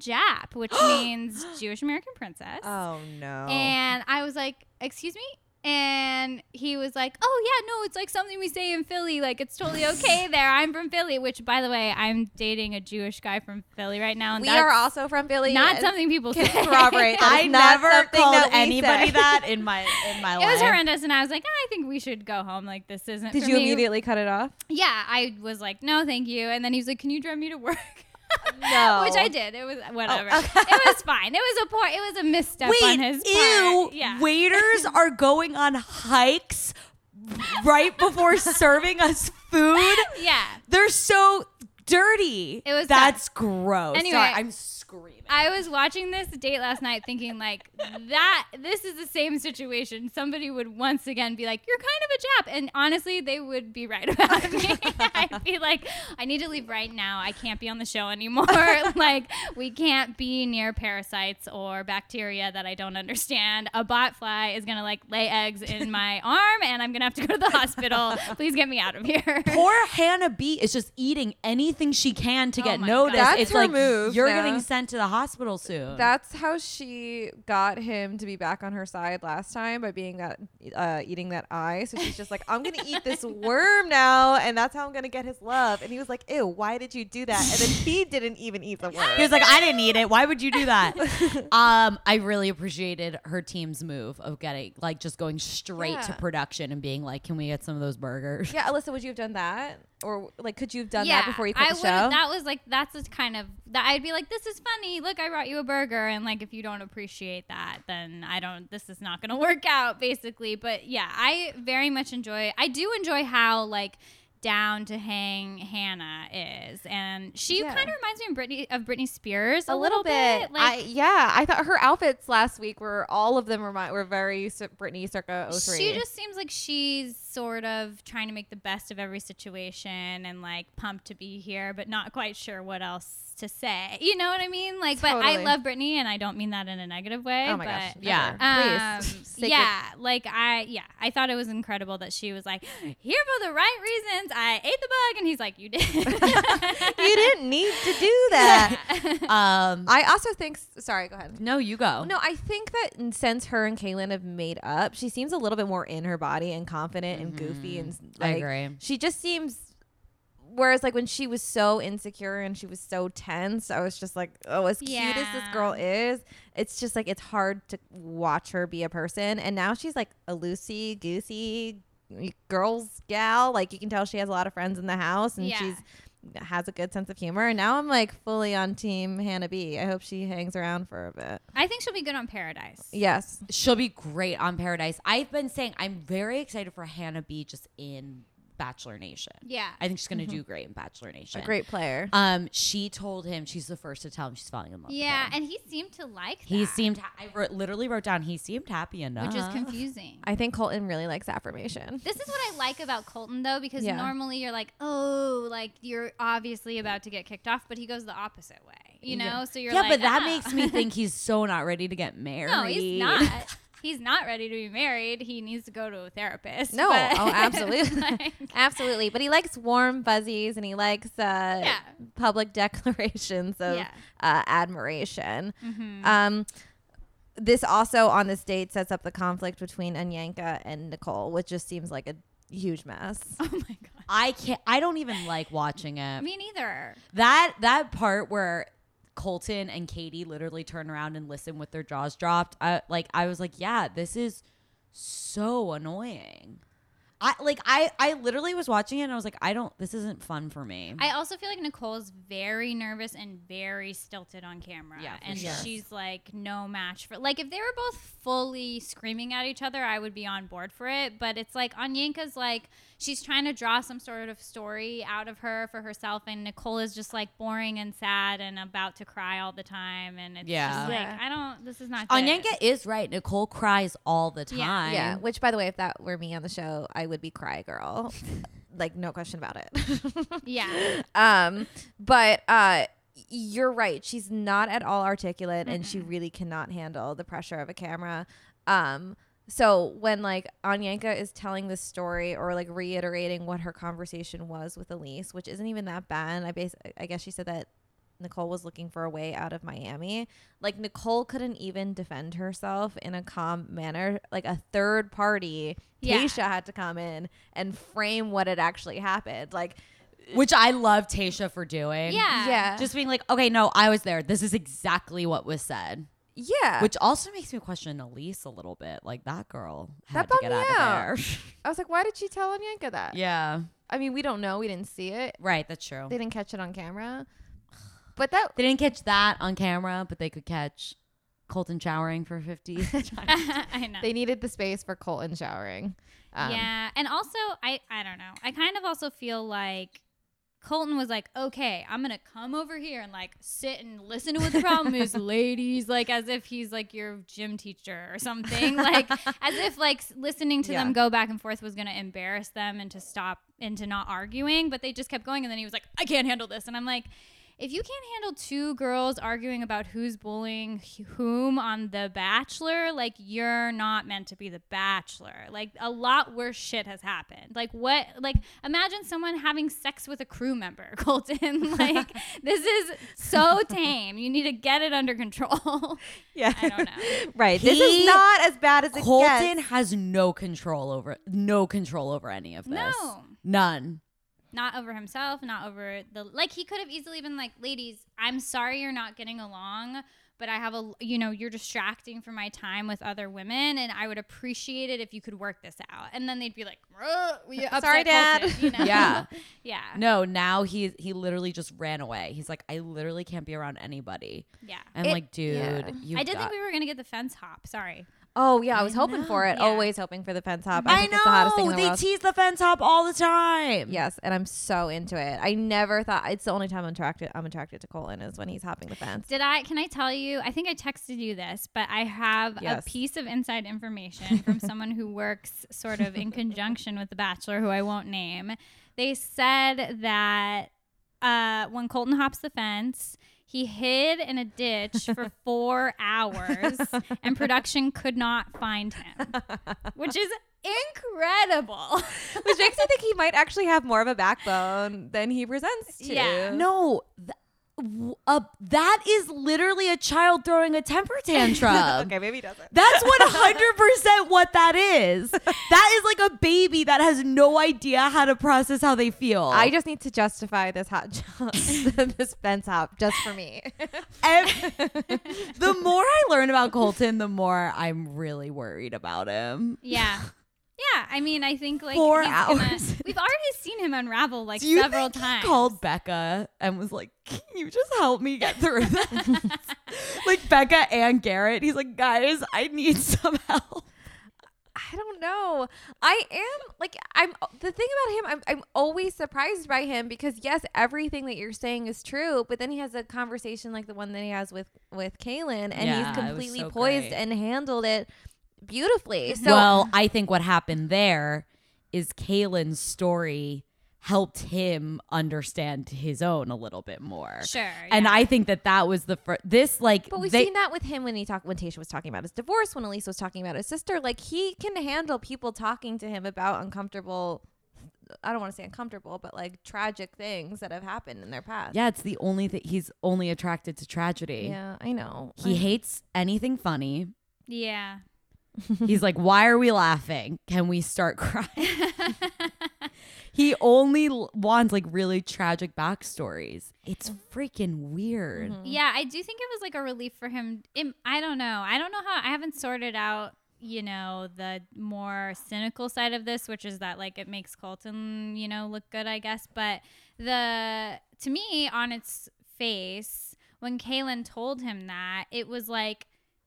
S3: Jap, which means Jewish American princess."
S4: Oh no.
S3: And I was like, "Excuse me." And he was like, "Oh yeah, no, it's like something we say in Philly. Like it's totally okay there. I'm from Philly, which by the way, I'm dating a Jewish guy from Philly right now, and
S4: we
S3: that's
S4: are also from Philly.
S3: not
S4: and
S3: something people
S4: can
S3: say.
S4: corroborate. That
S1: I
S4: is not
S1: never
S4: something
S1: called
S4: that we
S1: anybody
S4: say.
S1: that in my in my
S3: It
S1: life.
S3: was horrendous, and I was like, "Ah, I think we should go home. Like this isn't.
S4: Did
S3: for
S4: you
S3: me."
S4: immediately cut it off?
S3: Yeah, I was like, no, thank you. And then he was like, can you drive me to work?
S4: No.
S3: Which I did. It was
S4: Oh,
S3: whatever. it was fine. It was a poor. It was a misstep on his
S1: Wait, ew.
S3: part. Yeah.
S1: Waiters are going on hikes right before serving us food.
S3: Yeah.
S1: They're so dirty.
S3: It was
S1: That's gross.
S3: Anyway.
S1: Sorry, I'm screaming.
S3: I was watching this date last night thinking like that this is the same situation. Somebody would once again be like, You're kind of a Jap and honestly they would be right about me. I'd be like, I need to leave right now. I can't be on the show anymore. like we can't be near parasites or bacteria that I don't understand. A bot fly is gonna like lay eggs in my arm and I'm gonna have to go to the hospital. Please get me out of here.
S1: Poor Hannah B is just eating anything she can to
S3: Oh
S1: get
S3: my
S1: noticed.
S3: God.
S4: That's
S1: it's
S4: her
S1: like
S4: move
S1: you're
S4: now.
S1: getting sent to the hospital soon.
S4: That's how she got him to be back on her side last time by being that uh, eating that eye. So she's just like, I'm gonna eat this worm now, and that's how I'm gonna get his love. And he was like, Ew, why did you do that? And then he didn't even eat the worm.
S1: he was like, I didn't eat it. Why would you do that? um, I really appreciated her team's move of getting like just going straight to
S4: Yeah.
S1: production and being like, Can we get some of those burgers?
S4: Yeah, Alyssa, would you have done that, or like, could you have done that before you quit
S3: I
S4: the show?
S3: would've- That was like that's the kind of that I'd be like, this is funny. Look, I brought you a burger, and like if you don't appreciate that, then I don't. This is not going to work out, basically. But yeah, I very much enjoy. I do enjoy how like down to hang Hannah is, and she
S4: Yeah.
S3: kind of reminds me of Britney of Britney Spears
S4: a
S3: a,
S4: little, bit. I,
S3: Like
S4: yeah, I thought her outfits last week were all of them were, my, were very Cir- Britney circa 03.
S3: she just seems like she's sort of trying to make the best of every situation and like pumped to be here, but not quite sure what else to say. You know what I mean? Like, but I
S4: Totally.
S3: love Britney, and I don't mean that in a negative way.
S4: oh my
S3: but,
S4: gosh,
S1: yeah.
S4: never.
S3: Um,
S4: Sacred-
S3: yeah, like I, yeah, I thought it was incredible that she was like, here for the right reasons. I ate the bug, and he's like, you did.
S4: you didn't need to do that.
S1: Um,
S4: I also think. Sorry, go ahead.
S1: no, you go.
S4: No, I think that since her and Kaylin have made up, she seems a little bit more in her body and confident and goofy and
S1: I
S4: like
S1: agree.
S4: she just seems. Whereas, like when she was so insecure and she was so tense, I was just like, "Oh, as cute as
S3: Yeah.
S4: this girl is, it's just like it's hard to watch her be a person." And now she's like a loosey goosey girls gal. Like you can tell she has a lot of friends in the house, and
S3: Yeah.
S4: she's has a good sense of humor. And now I'm like fully on team Hannah B. I hope she hangs around for a bit.
S3: I think she'll be good on Paradise.
S4: Yes.
S1: She'll be great on Paradise. I've been saying I'm very excited for Hannah B just in Bachelor Nation.
S3: Yeah.
S1: I think she's
S3: Mm-hmm.
S1: gonna do great in Bachelor Nation.
S4: a great player.
S1: Um, she told him she's the first to tell him she's falling in love.
S3: Yeah,
S1: with him.
S3: and he seemed to like that,
S1: he seemed. Ha- I wrote, literally wrote down he seemed happy enough.
S3: which is confusing.
S4: I think Colton really likes affirmation.
S3: This is what I like about Colton though, because
S4: Yeah.
S3: normally you're like, oh, like you're obviously about to get kicked off, but he goes the opposite way, you know.
S4: Yeah.
S3: So you're
S1: yeah,
S3: like,
S1: but that
S3: "Ah."
S1: makes me think he's so not ready to get married.
S3: no, he's not. He's not ready to be married. He needs to go to a therapist.
S4: No,
S3: but-
S4: oh, absolutely.
S3: like-
S4: Absolutely, but he likes warm fuzzies and he likes uh,
S3: Yeah.
S4: public declarations of
S3: Yeah.
S4: uh, admiration.
S3: Mhm.
S4: Um, this also on this date sets up the conflict between Anyanka and Nicole, which just seems like a huge mess.
S3: oh my god,
S1: I can't. I don't even like watching it.
S3: me neither.
S1: that that part where Colton and Katie literally turn around and listen with their jaws dropped. I, like I was like, yeah, this is so annoying. I like I I literally was watching it and I was like, I don't. This isn't fun for me.
S3: I also feel like Nicole's very nervous and very stilted on camera.
S1: Yeah, for
S3: and
S1: sure.
S3: she's like no match for like if they were both fully screaming at each other, I would be on board for it. But it's like Anyanka's like she's trying to draw some sort of story out of her for herself, and Nicole is just like boring and sad and about to cry all the time. And it's
S1: Yeah.
S3: just like
S4: Yeah.
S3: I don't. This is not. good.
S1: Anyanka is right. Nicole cries all the
S3: Yeah.
S1: time.
S4: Yeah, which by the way, if that were me on the show, I would be cry girl, like no question about it.
S3: Yeah.
S4: um but uh you're right she's not at all articulate and she really cannot handle the pressure of a camera um so when like Anyanka is telling this story or like reiterating what her conversation was with Elise, which isn't even that bad, I bas- I guess she said that Nicole was looking for a way out of Miami. Like Nicole couldn't even defend herself in a calm manner. Like a third party,
S3: Yeah.
S4: Taysha had to come in and frame what had actually happened. Like
S1: which I love Tasha for doing.
S3: Yeah.
S4: yeah,
S1: Just being like, okay, no, I was there. This is exactly what was said.
S4: Yeah.
S1: Which also makes me question Elise a little bit. Like that girl had
S4: That
S1: to get
S4: bummed
S1: out
S4: me
S1: of there.
S4: I was like, why did she tell Anyanka that?
S1: yeah.
S4: I mean, we don't know. We didn't see it.
S1: Right, that's true.
S4: They didn't catch it on camera. But that
S1: They didn't catch that on camera, but they could catch Colton showering for 50.
S3: I know.
S4: they needed the space for Colton showering. Um,
S3: yeah, and also I I don't know. I kind of also feel like Colton was like, okay, I'm gonna come over here and like sit and listen to what the problem is, ladies. Like as if he's like your gym teacher or something. Like as if like s- listening to
S4: Yeah.
S3: them go back and forth was gonna embarrass them and to stop and to not arguing. But they just kept going, and then he was like, I can't handle this, and I'm like. If you can't handle two girls arguing about who's bullying h- whom on The Bachelor, like you're not meant to be The Bachelor. Like a lot worse shit has happened. Like what? Like imagine someone having sex with a crew member, Colton. like this is so tame. You need to get it under control.
S4: Yeah.
S3: I don't know.
S4: right. this
S1: He-
S4: is not as bad as it
S1: Colton
S4: gets.
S1: has no control over no control over any of this.
S3: No.
S1: None.
S3: not over himself, not over the like he could have easily been like, "Ladies, I'm sorry you're not getting along, but I have a you know, you're distracting from my time with other women and I would appreciate it if you could work this out." And then they'd be like, "Ruh, we upset
S4: Sorry, Dad."
S3: Colton," you know?
S1: Yeah.
S3: yeah.
S1: No, now he he literally just ran away. He's like, I literally can't be around anybody.
S3: Yeah.
S1: I'm
S4: It-
S1: like, dude,
S4: yeah.
S1: you.
S3: I did
S1: got-
S3: think we were going to get the fence hop. Sorry.
S4: Oh yeah, I was
S1: I
S4: hoping for it.
S3: know. Yeah.
S4: Always hoping for the fence hop. I,
S1: I
S4: think It's the hottest thing in
S1: know
S4: the
S1: they
S4: world.
S1: tease the fence hop all the time.
S4: Yes, and I'm so into it. I never thought it's the only time I'm attracted. I'm attracted to Colin is when he's hopping the fence.
S3: Did I can I tell you? I think I texted you this, but I have
S4: Yes.
S3: a piece of inside information from someone who works sort of in conjunction with The Bachelor, who I won't name. They said that uh, when Colton hops the fence, he hid in a ditch for four hours, and production could not find him, which is incredible.
S4: Which makes me think he might actually have more of a backbone than he presents to.
S3: Yeah.
S1: No, th- w- uh, that is literally a child throwing a temper tantrum.
S4: okay, maybe he doesn't.
S1: That's 100% what that is. That is like a baby that has no idea how to process how they feel.
S4: I just need to justify this hot jump, this fence hop, just for me.
S1: Ev- the more I learn about Colton, the more I'm really worried about him.
S3: Yeah. Yeah, I mean, I think like
S1: Four
S3: he's gonna-
S1: hours.
S3: we've already seen him unravel like
S1: Do you
S3: several
S1: think he
S3: times.
S1: called Becca and was like, "Can you just help me get through this?" like Becca and Garrett, he's like, "Guys, I need some help."
S4: I don't know. I am like I'm the thing about him. I'm I'm always surprised by him because yes, everything that you're saying is true. But then he has a conversation like the one that he has with with Kaylin, and
S1: Yeah, it was
S4: he's completely
S1: so
S4: poised
S1: great.
S4: and handled it beautifully. So
S1: well, I think what happened there is Kaylin's story helped him understand his own a little bit more.
S3: Sure.
S1: And
S3: yeah.
S1: I think that that was the first. This like
S4: But we've
S1: they-
S4: seen that with him when he talked when Tasha was talking about his divorce, when Elise was talking about his sister. Like he can handle people talking to him about uncomfortable. I don't want to say uncomfortable, but like tragic things that have happened in their past.
S1: Yeah, it's the only thing he's only attracted to tragedy.
S4: yeah, I know.
S1: He hates anything funny.
S3: yeah.
S1: He's like, "Why are we laughing? Can we start crying?" he only l- wants like really tragic backstories. It's
S3: Oh.
S1: freaking weird.
S3: Yeah, I do think it was like a relief for him. It, I don't know. I don't know how I haven't sorted out, you know, the more cynical side of this, which is that like it makes Colton, you know, look good, I guess. But the to me on its face, when Kaylin told him that, it was like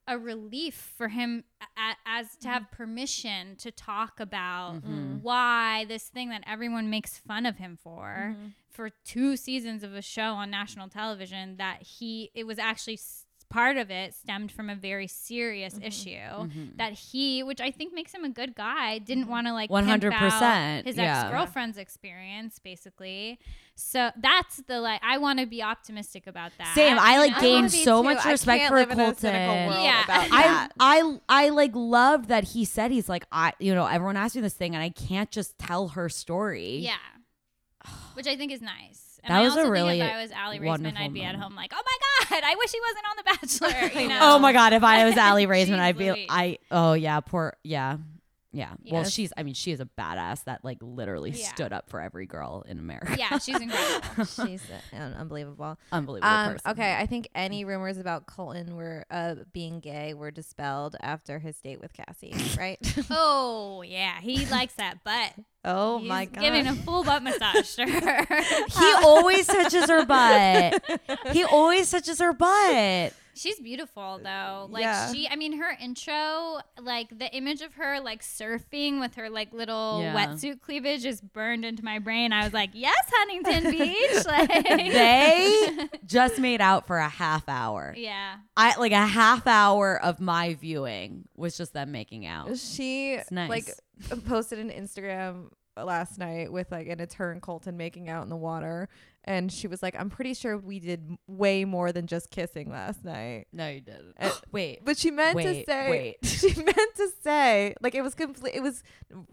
S3: a relief for him a- a- as to have permission to talk about why this thing that everyone makes fun of him for for two seasons of a show on national television that he it was actually s- part of it stemmed from a very serious issue
S1: Mm-hmm.
S3: that he which i think makes him a good guy didn't want to like pimp out
S1: 100%,
S3: his
S1: yeah.
S3: ex-girlfriend's experience basically so that's the like i want to be optimistic about that
S1: Same. I
S3: you
S1: like
S3: know?
S1: gained
S4: wanna be
S1: so
S4: too.
S1: much
S4: I
S1: respect
S4: can't
S1: for
S4: live in a cynical
S1: Colton.
S4: world
S3: Yeah.
S4: about
S1: I
S4: that.
S1: I I like loved that he said he's like I you know everyone asked me this thing and I can't just tell her story.
S3: Yeah. Which I think is nice. And
S1: That
S3: I
S1: was a
S3: also
S1: really
S3: think if I was Allie Raisman,
S1: wonderful
S3: I'd be at
S1: moment.
S3: home like, oh my God, I wish he wasn't on The Bachelor. You know?
S1: Oh my god, if I was Allie Raisman,
S3: Jeez
S1: I'd be
S3: Louise.
S1: I oh yeah, poor yeah. Yeah. Well,
S3: Yes.
S1: she's I mean, she is a badass that like literally
S3: Yeah.
S1: stood up for every girl in America.
S3: Yeah, she's incredible.
S4: She's un- unbelievable.
S1: Unbelievable
S4: Um,
S1: person.
S4: okay, I think any rumors about Colton were uh, being gay were dispelled after his date with Cassie, right?
S3: oh yeah, he likes that butt.
S4: oh
S3: He's
S4: my god!
S3: giving a full butt massage to her.
S1: He always touches her butt. He always touches her butt.
S3: She's
S1: Uh,
S3: beautiful though. Like
S4: Yeah.
S3: she, I mean, her intro, like the image of her like surfing with her like little
S1: Yeah.
S3: wetsuit cleavage is burned into my brain. I was like, yes, Huntington Beach. Like,
S1: They just made out for a half hour.
S3: yeah,
S1: I like a half hour of my viewing was just them making out.
S4: She
S1: It's nice.
S4: like uh, posted an Instagram last night with like, and it's her and Colton making out in the water, and she was like, "I'm pretty sure we did m- way more than just kissing last night."
S1: No, you didn't.
S4: Uh,
S1: wait.
S4: But she meant
S1: Wait,
S4: to say,
S1: wait.
S4: she meant to say, like it was complete, it was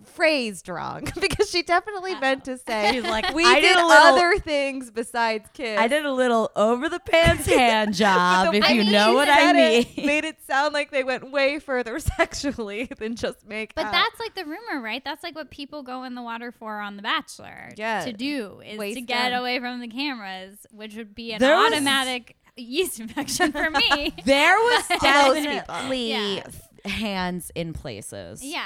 S4: phrased wrong because she definitely meant to say,
S1: She's like,
S4: "We
S1: I
S4: did,
S1: did a little-
S4: other things besides kiss."
S1: I did a little over the pants hand
S4: But
S1: job,
S4: the
S1: if
S4: way
S1: you
S4: she
S1: know what I
S4: said
S1: mean.
S4: it made it sound like they went way further sexually than just make
S1: Oh.
S3: but
S4: out.
S3: that's like the rumor, right? That's like what people go in the water for on The Bachelor.
S4: Yeah.
S3: to do is
S4: Waste
S3: to get
S4: them.
S3: away from the cameras, which would be an
S1: There was-
S3: automatic yeast infection for me.
S1: There was
S4: definitely-
S1: definitely
S3: Yeah.
S1: hands in places.
S3: yeah.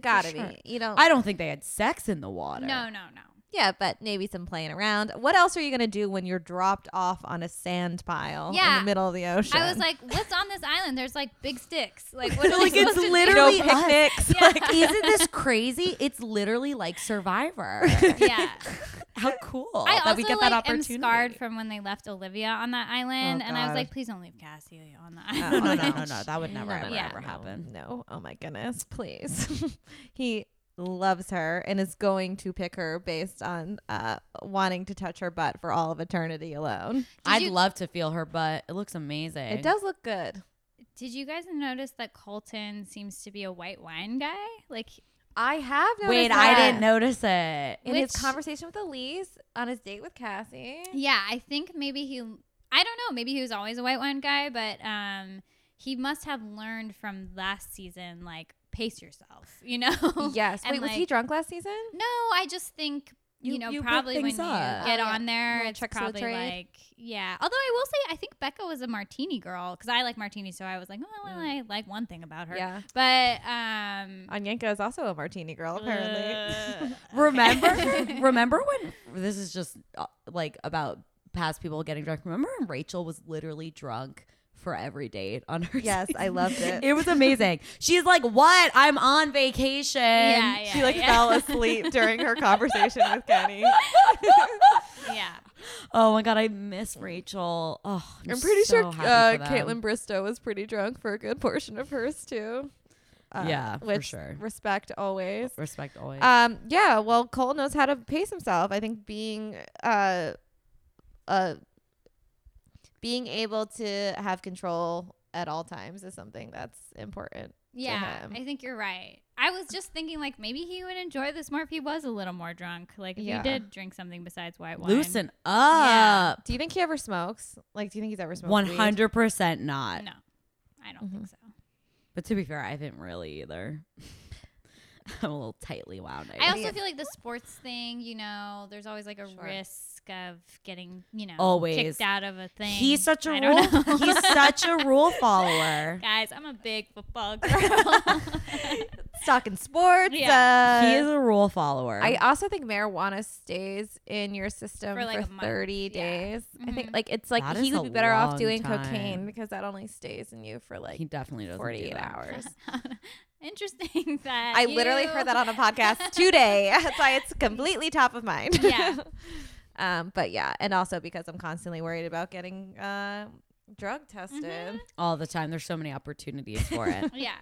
S2: Gotta
S4: sure.
S2: be. You don't.
S1: I don't think they had sex in the water.
S3: No, no, no.
S2: yeah, but maybe some playing around.
S4: What else are you gonna do when you're dropped off on a sand pile in
S3: Yeah.
S4: the middle of the ocean?
S3: I was like, what's on this island? There's like big sticks. Like, what are
S1: Like
S3: we
S1: it's
S3: supposed to do?
S1: literally
S4: No
S1: picnics.
S3: Yeah.
S1: Like, isn't this crazy? It's literally like Survivor.
S3: yeah.
S1: How cool
S3: I also
S1: that we get
S3: like
S1: that opportunity.
S3: am scarred from when they left Olivia on that island,
S4: Oh,
S3: and I was
S4: God.
S3: like, please don't leave Cassie on the
S1: no,
S3: island.
S1: no, no, no, no. That would never,
S4: No,
S1: ever,
S4: no,
S3: Yeah.
S1: ever
S4: no,
S1: happen.
S4: No. Oh my goodness. Please. he loves her and is going to pick her based on uh, wanting to touch her butt for all of eternity alone.
S3: Did
S1: I'd
S3: you-
S1: love to feel her butt. It looks amazing.
S4: It does look good.
S3: Did you guys notice that Colton seems to be a white wine guy? Like,
S4: I have noticed.
S1: Wait, I
S4: that.
S1: didn't notice it.
S4: In his
S3: Which-
S4: conversation with Elise on his date with Cassie.
S3: yeah, I think maybe he. I don't know. Maybe he was always a white wine guy, but um, he must have learned from last season. Like, pace yourself. You know.
S4: Yes.
S3: And,
S4: Wait, was he
S3: like-
S4: drunk last season?
S3: No, I just think you,
S1: You-
S3: know
S1: you pick
S3: probably when
S1: things
S3: you
S1: up.
S3: get
S4: Oh, yeah.
S3: on there,
S4: Little
S3: it's
S4: tricks of the
S3: probably
S4: trade.
S3: like yeah. Although I will say, I think Becca was a martini girl because I like martinis, so I was like, oh, well, I like one thing about her.
S4: Yeah.
S3: But um,
S4: Onyenka is also a martini girl, apparently.
S3: uh,
S1: Remember, remember when this is just uh, like about past people getting drunk. Remember when Rachel was literally drunk for every date on her.
S4: yes, I loved it.
S1: It was amazing. She's like, "What? I'm on vacation."
S3: yeah, yeah,
S4: she like
S3: yeah.
S4: fell asleep during her conversation with Kenny.
S3: yeah.
S1: Oh my god, I miss Rachel. Oh, I'm,
S4: I'm pretty
S1: so
S4: sure uh,
S1: happy for them.
S4: Caitlin Bristow was pretty drunk for a good portion of hers too. Uh,
S1: Yeah, for
S4: which
S1: sure.
S4: Respect always.
S1: Respect always.
S3: Uh,
S4: Um, yeah. Well, Cole knows how to pace himself. I think being uh, uh, being able to have control at all times is something that's important.
S3: Yeah,
S4: him.
S3: I think you're right. I was just thinking, like, maybe he would enjoy this more if he was a little more drunk. Like, if
S4: Yeah.
S3: he did drink something besides white wine.
S1: Loosen up.
S4: Do you think he ever smokes? Like, do you think he's ever smoked?
S1: One
S4: weed?
S1: hundred percent not.
S3: No, I don't
S4: Mm-hmm.
S3: think so.
S1: But to be fair, I haven't really either. I'm a little tightly wound.
S3: I
S1: I
S3: also feel like the sports thing, you know, there's always like a risk of getting, you know,
S1: Always.
S3: kicked out of a thing.
S1: he's such a
S3: I
S1: rule.
S3: don't know.
S1: he's such a rule follower.
S3: Guys, I'm a big football girl.
S4: Talking sports.
S3: Yeah.
S4: uh,
S1: he is a rule follower.
S4: I also think marijuana stays in your system
S3: For
S4: for,
S3: like a month,
S4: 30
S3: yeah.
S4: days. I think
S3: Mhm.
S4: like it's like
S1: That
S4: he
S1: is
S4: would
S1: a
S4: be better off
S1: long
S4: doing
S1: time.
S4: cocaine because that only stays in you for like
S1: he definitely doesn't. do
S4: 48
S1: that.
S4: hours.
S3: Interesting that
S4: I literally
S3: you-
S4: heard that on a podcast today. That's why it's completely top of mind.
S3: Yeah.
S4: um, but yeah, and also because I'm constantly worried about getting uh, drug tested.
S3: Mm-hmm.
S1: all the time. There's so many opportunities for it.
S3: Yeah.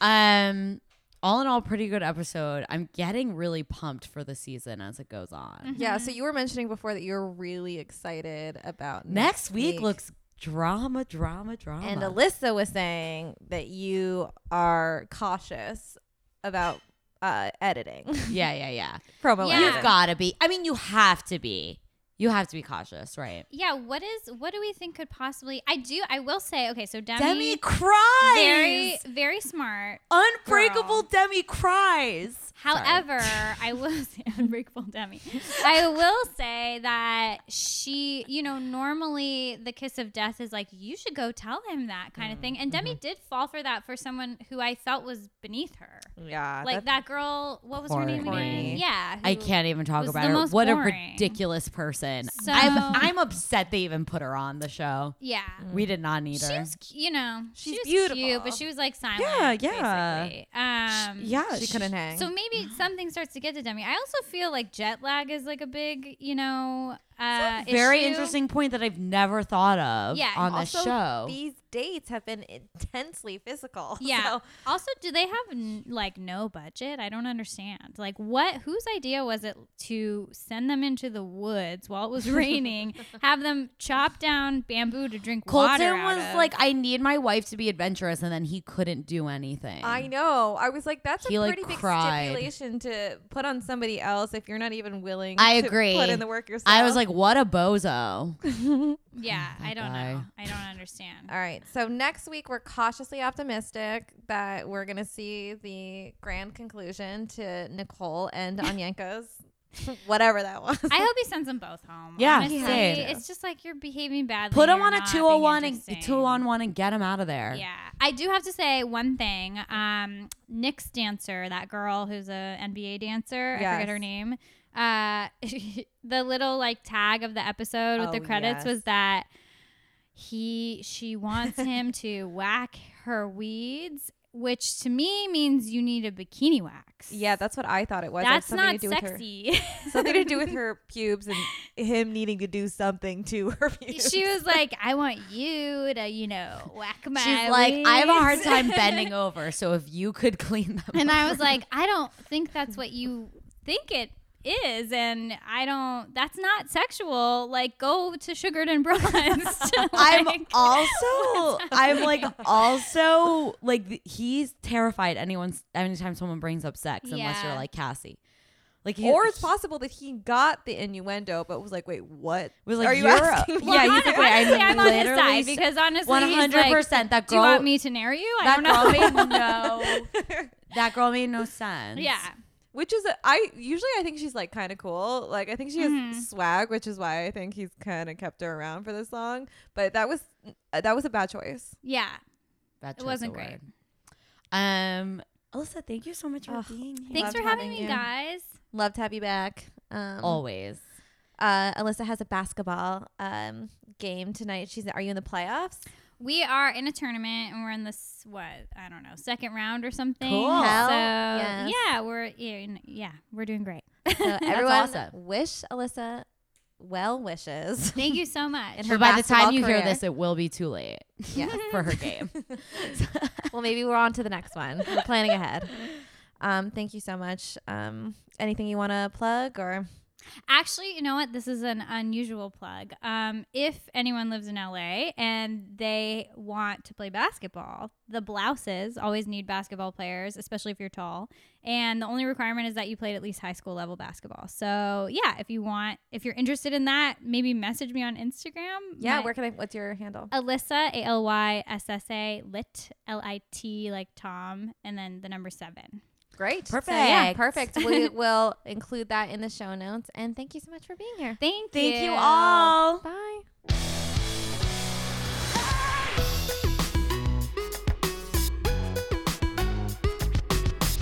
S1: um, all in all, pretty good episode. I'm getting really pumped for the season as it goes on.
S4: Yeah, so you were mentioning before that you're really excited about
S1: Next week, looks drama, drama, drama.
S4: And Alyssa was saying that you are cautious about uh, editing
S1: yeah, yeah, yeah.
S4: promo.
S3: Yeah.
S1: You've got to be. I mean, you have to be. You have to be cautious, right?
S3: Yeah, what is what do we think could possibly I do I will say, okay, so Demi,
S1: Demi cries.
S3: very very smart.
S1: Unbreakable
S3: girl.
S1: Demi cries.
S3: However, I will say, Unbreakable Demi. I will say that she, you know, normally the kiss of death is like, you should go tell him that kind of thing. And Demi did fall for that for someone who I felt was beneath her.
S4: Yeah.
S3: Like that girl, what was her name again?
S4: Courtney.
S3: Yeah.
S1: I
S3: who-
S1: can't even talk
S3: was
S1: about
S3: the
S1: her.
S3: most
S1: What a
S3: boring.
S1: ridiculous person.
S3: So-
S1: I'm I'm upset they even put her on the show.
S3: Yeah.
S1: We did not need
S3: She
S1: her.
S3: was, cu- you know,
S4: She's
S3: she was cute,
S4: beautiful.
S3: but she was like silent.
S4: Yeah, yeah.
S3: basically. Um,
S4: yeah, she couldn't hang.
S3: So maybe something starts to get to Demi. I also feel like jet lag is like a big, you know, uh,
S1: Very
S3: issue.
S1: interesting point that I've never thought of
S3: Yeah,
S1: on this
S2: also,
S1: show.
S2: these dates have been intensely physical.
S3: Yeah.
S2: so-
S3: Also, do they have n- like no budget? I don't understand. Like, what? Whose idea was it to send them into the woods while it was raining, have them chop down bamboo to drink water?
S1: Colton
S3: out
S1: was
S3: of?
S1: like, I need my wife to be adventurous, and then he couldn't do anything.
S4: I know. I was like, that's
S1: He,
S4: a
S1: like,
S4: pretty big
S1: cried.
S4: stipulation to put on somebody else if you're not even willing.
S1: I
S4: to
S1: agree.
S4: Put in the work yourself.
S1: I was like, what a bozo.
S3: yeah, I don't
S1: Oh, guy.
S3: know. I don't understand.
S4: all right. So next week we're cautiously optimistic that we're gonna see the grand conclusion to Nicole and Anyanka's whatever that was.
S3: I hope he sends them both home.
S1: Yeah,
S3: honestly,
S1: same.
S3: it's just like you're behaving badly.
S1: Put him
S3: You're
S1: on a
S3: not being
S1: 201 and
S3: interesting.
S1: 201 and get him out of there.
S3: Yeah, I do have to say one thing. Um, Nick's dancer, that girl who's a NBA dancer, I
S4: Yes.
S3: forget her name. Uh, the little like tag of the episode with the
S4: Oh,
S3: credits
S4: yes.
S3: was that he she wants him to whack her weeds, which to me means you need a bikini wax.
S4: yeah, that's what I thought it was. It had
S3: that's
S4: something
S3: not
S4: to do with her-
S3: sexy.
S4: something to do with her pubes and him needing to do something to her pubes.
S3: she was like, I want you to, you know, whack my.
S1: She's like, I have a hard
S3: weeds."
S1: time bending over, so if you could clean them.
S3: And I
S1: up."
S3: was like, I don't think that's what you think it is. And I don't, that's not sexual. Like, go to Sugared and Bronzed.
S1: I'm
S3: Like,
S1: also, I'm like, also, like, th- he's terrified anyone, anytime someone brings up sex, unless you're
S3: Yeah.
S1: like Cassie. Like, he-
S4: or it's possible that he got the innuendo, but was like, "Wait, what?
S1: Was like,
S4: Are you
S1: "You're a-
S4: asking?" me?"
S1: Well, yeah, he's like, wait, I'm
S3: honestly, I'm on his
S1: literally
S3: side
S1: se-
S3: because honestly, 100
S1: 100% that
S3: do you
S1: girl
S3: want me to nair you? I
S1: that
S3: don't know.
S1: girl made no that girl made no sense
S3: yeah.
S4: Which is, a, I usually I think she's like kind of cool. Like I think she has
S2: Mm-hmm.
S3: Mhm.
S4: swag, which is why I think he's kind of kept her around for this long. But that was uh, that was a bad choice.
S3: Yeah.
S1: That
S3: It
S1: choice
S3: wasn't
S1: of
S3: great.
S1: word. um alyssa thank you so much for being here
S3: Thanks
S4: Loved
S3: for
S4: having
S3: having me,
S4: you.
S3: guys.
S2: Love to have you back. Um,
S1: always
S2: uh, Alyssa has a basketball um, game tonight. She's are you in the playoffs?
S3: We are in a tournament and we're in this, what, I don't know, second round or something.
S1: Cool.
S3: So,
S1: Hell
S2: yes.
S3: yeah, we're, in, yeah, we're doing great.
S2: So everyone
S1: awesome.
S2: wish Alyssa well wishes.
S3: Thank you so much.
S1: but by the
S2: basketball
S1: time you hear
S2: career.
S1: this it will be too late
S2: Yeah.
S1: for her game
S2: well, maybe we're on to the next one. We're planning ahead. Um, thank you so much. Um, anything you want to plug or
S3: Actually, you know what? This is an unusual plug. Um, if anyone lives in LA and they want to play basketball, the blouses always need basketball players, especially if you're tall. And the only requirement is that you played at least high school level basketball. So yeah, if you want, if you're interested in that, maybe message me on Instagram.
S2: yeah?
S3: My-
S2: Where can I? What's your handle?
S3: Alyssa A L Y S S A lit L I T like Tom and then the number seven.
S2: Great. So,
S1: Perfect.
S2: yeah, perfect. we will include that in the show notes. And thank you so much for being here.
S3: Thank you.
S1: thank you all
S2: Bye.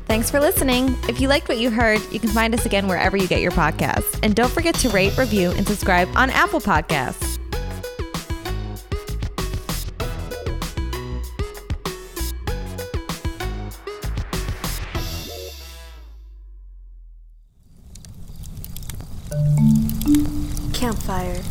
S2: Thanks for listening. If you liked what you heard, you can find us again wherever you get your podcasts. And don't forget to rate, review, and subscribe on Apple Podcasts.
S5: Campfire.